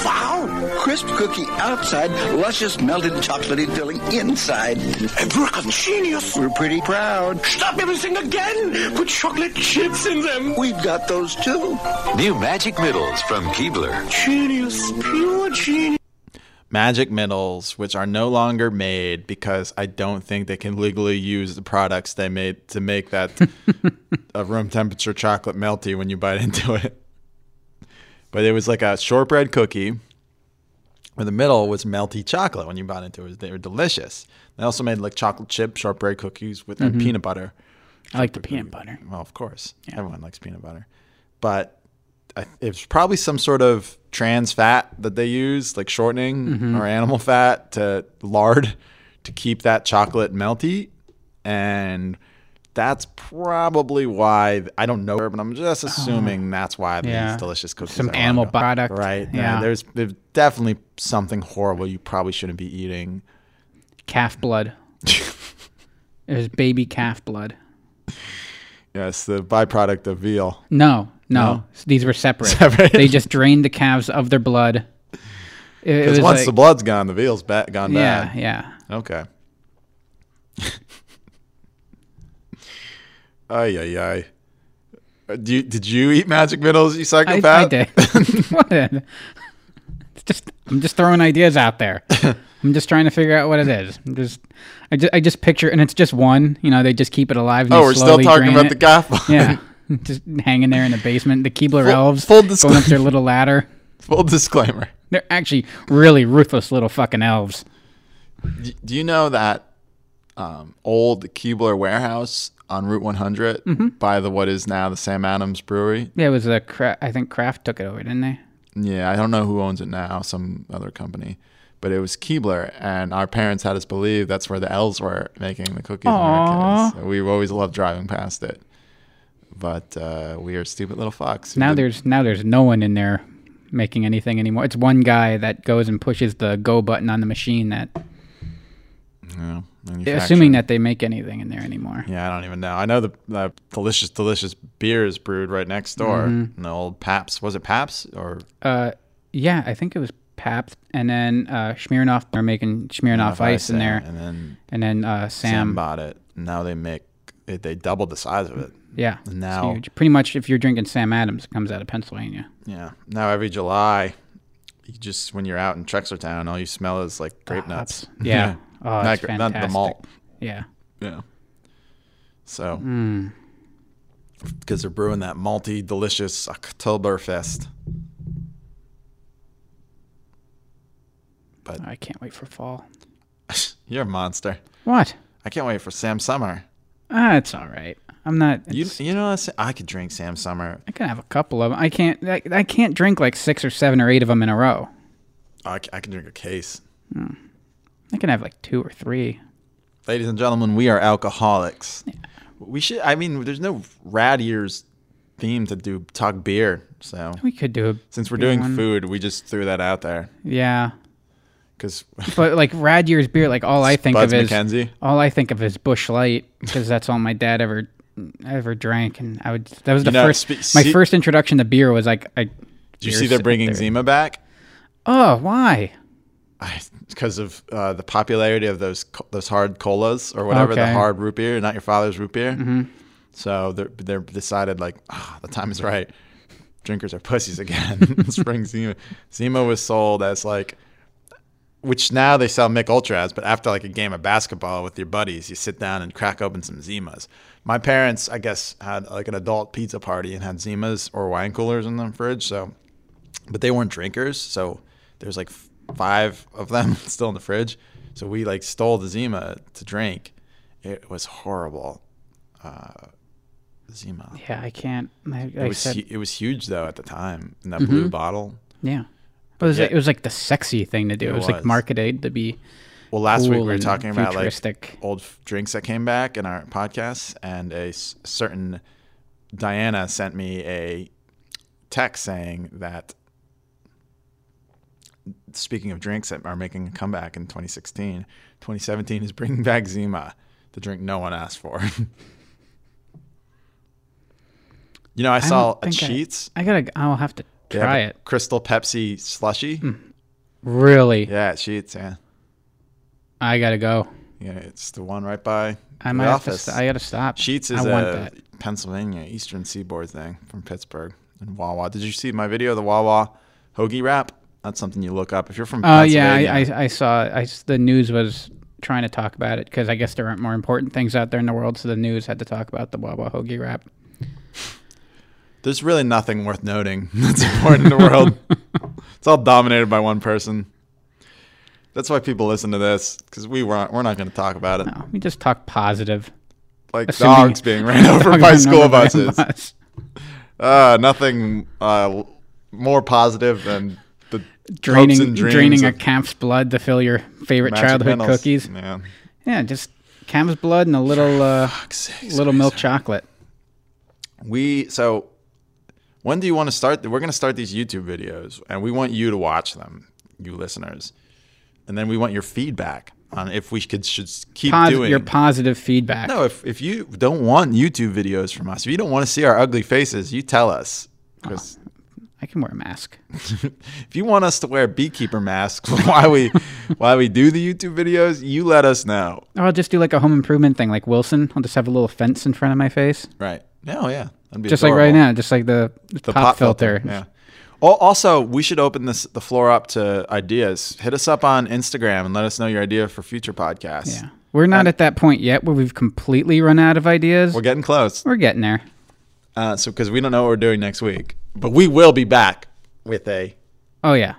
S16: Wow! Crisp cookie outside, luscious melted chocolatey filling inside. American genius! We're pretty proud.
S6: Stop everything again! Put chocolate chips in them!
S16: We've got those too.
S7: New Magic Middles from Keebler.
S6: Genius! Pure genius!
S2: magic middles which are no longer made because I don't think they can legally use the products they made to make that a room temperature chocolate melty when you bite into it. But it was like a shortbread cookie where the middle was melty chocolate when you bite into it. They were delicious. They also made like chocolate chip shortbread cookies with and
S3: Mhm.
S2: peanut butter.
S3: I like the peanut butter.
S2: Well, of course, everyone likes peanut butter, but I, it's probably some sort of trans fat that they use, like shortening
S3: Mhm.
S2: or animal fat to lard to keep that chocolate melty, and that's probably why I don't know, but I'm just assuming that's why these
S3: Uh-huh. Yeah.
S2: delicious cookies.
S3: Some
S2: are
S3: animal
S2: longer.
S3: product.
S2: right? Yeah,
S3: Yeah.
S2: there's, there's definitely something horrible you probably shouldn't be eating.
S3: Calf blood. There's baby calf blood.
S2: Yes, the byproduct of veal.
S3: No, no.
S2: No?
S3: These were separate.
S2: Separate.
S3: They just drained the calves of their blood. It, it
S2: Because
S3: was
S2: once
S3: like-
S2: the blood's gone, the veal's ba- gone
S3: Yeah,
S2: bad.
S3: yeah.
S2: Okay. ay, ay, ay. Uh, Do you, did you eat magic middles, you
S3: I,
S2: psychopath?
S3: I did. What the- It's just I'm just throwing ideas out there. I'm just trying to figure out what it is. I'm just I just I just picture and it's just one. You know, they just keep it alive. And
S2: Oh,
S3: they
S2: we're still
S3: slowly
S2: talking
S3: drain
S2: about
S3: it.
S2: the calf
S3: Yeah, just hanging there in the basement. The Keebler
S2: Full-
S3: elves
S2: full
S3: going up their little ladder.
S2: Full disclaimer.
S3: They're actually really ruthless little fucking elves.
S2: D- Do you know that um, old Keebler warehouse on Route 100
S3: Mm-hmm.
S2: by the what is now the Sam Adams Brewery?
S3: Yeah, it was a cra- I think Kraft took it over, didn't they?
S2: Yeah, I don't know who owns it now, some other company. But it was Keebler, and our parents had us believe that's where the elves were making the cookies. when we were kids. We always loved driving past it. But uh, we are stupid little fucks. who
S3: Now
S2: didn't-
S3: there's now there's no one in there making anything anymore. It's one guy that goes and pushes the go button on the machine that
S2: Yeah,
S3: assuming that they make anything in there anymore.
S2: Yeah, I don't even know. I know the, the delicious, delicious beer is brewed right next door.
S3: Mhm.
S2: And the old Paps. Was it Paps? or
S3: Uh yeah, I think it was Pabst, and then uh, Smirnoff. They're making Smirnoff
S2: Smirnoff
S3: Ice
S2: Ice,
S3: in
S2: yeah,
S3: there,
S2: and then-
S3: and then uh,
S2: Sam,
S3: Sam.
S2: bought it. Now they make it. They doubled the size of it.
S3: Yeah, it's
S2: And now,
S3: huge. pretty much if you're drinking Sam Adams, it comes out of Pennsylvania.
S2: yeah. Now every July, you just when you're out in Trexlertown, all you smell is like grape nuts.
S3: Ah, Yeah, oh,
S2: not,
S3: it's
S2: gra- not the
S3: fantastic.
S2: malt.
S3: Yeah,
S2: Yeah. So,
S3: Mm.
S2: because they're brewing that malty, delicious Oktoberfest. But
S3: I can't wait for fall.
S2: you're a monster.
S3: What?
S2: I can't wait for Sam Summer.
S3: Ah, it's all right. I'm not.
S2: You, you know, I, I could drink Sam Summer.
S3: I can have a couple of them. I can't. I, I can't drink like six or seven or eight of them in a row.
S2: I, c- I could drink a case.
S3: I can have like two or three.
S2: Ladies and gentlemen, we are alcoholics. We should. I mean, there's no rad years theme to do talk beer. So
S3: We could do a
S2: since we're
S3: beer
S2: doing
S3: one.
S2: food, we just threw that out there
S3: Yeah,
S2: because
S3: but like Rad Year's beer, like all I think
S2: Spuds
S3: of is
S2: McKenzie?
S3: all I think of is Bush Light because that's all my dad ever ever drank, and I would that was
S2: You
S3: the
S2: know,
S3: first
S2: spe-
S3: my
S2: see-
S3: first introduction to beer was like I.
S2: Did you see they're bringing Zima back?
S3: Oh, why?
S2: because of uh, the popularity of those co- those hard colas or whatever the
S3: Okay.
S2: hard root beer, not your father's root beer.
S3: Mhm.
S2: So they're they're decided like ah, the time is right. Drinkers are pussies again. Spring Zima. Zima was sold as like, which now they sell Mick Ultra as, but after like a game of basketball with your buddies, you sit down and crack open some Zimas. My parents, I guess, had like an adult pizza party and had Zimas or wine coolers in the fridge. So but they weren't drinkers. So there's like f- five of them still in the fridge. So we like stole the Zima to drink. It was horrible. Uh, Zima.
S3: Yeah, I can't. I,
S2: It
S3: I
S2: was
S3: said,
S2: hu- it was huge though at the time in that
S3: Mhm.
S2: blue bottle.
S3: yeah. But it was,
S2: Yeah.
S3: it was like the sexy thing to do. It,
S2: It
S3: was, like
S2: was.
S3: marketed to be.
S2: Well, last week we
S3: cool
S2: were
S3: and
S2: talking about
S3: futuristic.
S2: like old f- drinks that came back in our podcast, and a s- certain Diana sent me a text saying that speaking of drinks that are making a comeback in 2016, 2017 is bringing back Zima, the drink no one asked for. you know, I
S3: don't
S2: saw a
S3: think I-
S2: Cheats.
S3: I, gotta. I'll have to
S2: They have
S3: try
S2: a
S3: it. Hmm.
S2: Crystal Pepsi slushy.
S3: Really,
S2: Yeah, at Cheats. Yeah.
S3: I gotta go.
S2: Yeah, it's the one right by
S3: I
S2: the
S3: might have to
S2: office.
S3: st- I gotta stop.
S2: Sheets
S3: I
S2: is
S3: want
S2: a
S3: that.
S2: Pennsylvania Eastern Seaboard thing from Pittsburgh and Wawa. Did you see my video of the Wawa hoagie wrap? That's something you look up if you're from.
S3: Oh yeah,
S2: Pennsylvania.
S3: I, I, I saw. I s the news was trying to talk about it because I guess there aren't more important things out there in the world, so the news had to talk about the Wawa hoagie wrap.
S2: There's really nothing worth noting that's important in the world. it's all dominated by one person. That's why people listen to this because we weren't. We're not going to talk about it.
S3: We just talk positive.
S2: Like
S3: Assuming-
S2: dogs being ran over
S3: Dogs
S2: by
S3: being
S2: school
S3: run over by a
S2: buses.
S3: bus.
S2: Uh, nothing uh, more positive than the hopes
S3: Draining
S2: and dreams
S3: draining a
S2: of
S3: calf's blood to fill your favorite
S2: Magic
S3: childhood
S2: Middles.
S3: cookies.
S2: Man.
S3: Yeah, just calf's blood and a little uh, little milk chocolate.
S2: We so when do you want to start? We're going to start these YouTube videos, and we want you to watch them, you listeners, and then we want your feedback on if we could should keep
S3: Posi-
S2: doing.
S3: your positive feedback.
S2: no, if if you don't want YouTube videos from us, if you don't want to see our ugly faces, you tell us. 'Cause
S3: I can wear a mask.
S2: if you want us to wear beekeeper masks while we while we do the YouTube videos, you let us know.
S3: Or Oh, I'll just do like a home improvement thing, like Wilson. I'll just have a little fence in front of my face.
S2: Right. Oh yeah. That'd be
S3: just like right
S2: adorable.
S3: now, just like the, pop, filter.
S2: Yeah. Al- Also, we should open this the floor up to ideas. Hit us up on Instagram and let us know your idea for future podcasts. Yeah.
S3: We're not at that point yet where we've completely run out of ideas.
S2: We're getting close.
S3: We're getting there.
S2: Uh, so because we don't know what we're doing next week, but we will be back with a
S3: Oh yeah.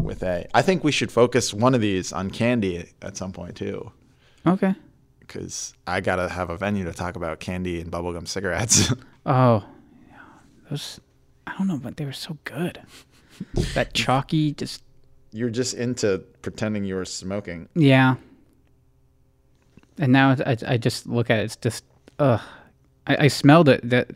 S2: with a. I think we should focus one of these on candy at some point too,
S3: Okay.
S2: because I gotta have a venue to talk about candy and bubblegum cigarettes.
S3: Oh, yeah. those. I don't know, but they were so good. that chalky, just
S2: You're just into pretending you were smoking.
S3: yeah. And now it's- I, I just look at it. It's just ugh. I, I smelled it. That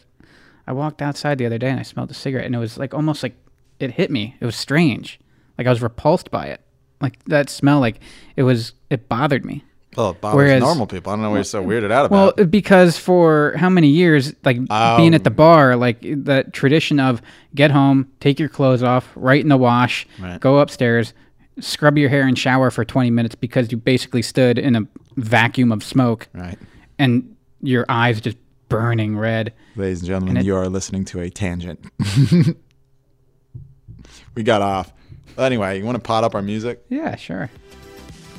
S3: I walked outside the other day and I smelled a cigarette, and it was like almost like it hit me. It was strange. Like I was repulsed by it. Like that smell. Like it was. It bothered me.
S2: Well, it bothers
S3: Whereas-
S2: normal people. I don't know why you're so weirded out about.
S3: Well, because for how many years, like being
S2: Um,
S3: at the bar, like the tradition of get home, take your clothes off, right in the wash,
S2: Right.
S3: go upstairs, scrub your hair and shower for 20 minutes because you basically stood in a vacuum of smoke.
S2: Right.
S3: And your eyes just burning red.
S2: Ladies and gentlemen,
S3: And it-
S2: you are listening to a tangent. we got off. Anyway, you want to pot up our music?
S3: Yeah, sure.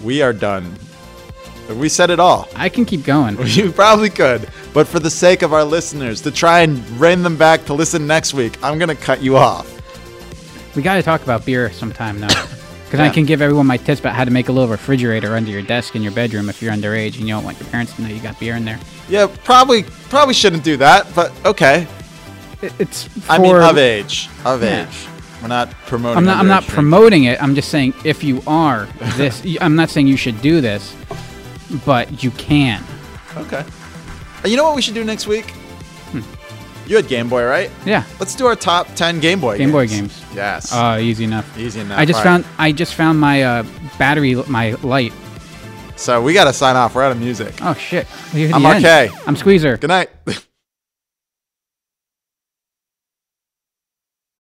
S2: We are done. We said it all.
S3: I can keep going.
S2: You probably could, but for the sake of our listeners, to try and rein them back to listen next week, I'm going to cut you off.
S3: We got to talk about beer sometime now. Because I
S2: Yeah.
S3: can give everyone my tips about how to make a little refrigerator under your desk in your bedroom if you're underage and you don't want your parents to know you got beer in there.
S2: Yeah, probably probably shouldn't do that, but okay.
S3: It's
S2: I mean
S3: for-
S2: of age, of
S3: Yeah.
S2: age. We're not promoting.
S3: I'm not. I'm not
S2: underage drinking.
S3: promoting it. I'm just saying if you are this, y- I'm not saying you should do this, but you can.
S2: Okay. Uh, You know what we should do next week?
S3: Hmm.
S2: You had Game Boy, right?
S3: Yeah.
S2: Let's do our top ten Game Boy.
S3: Game
S2: games.
S3: Boy games.
S2: Yes.
S3: Oh, easy enough.
S2: Easy enough.
S3: I just
S2: All right.
S3: found. I just found my uh, battery. l- My light.
S2: So we got to sign off. We're out of music.
S3: Oh shit. We're at
S2: I'm
S3: the end.
S2: RK.
S3: I'm Squeezer.
S2: Good night.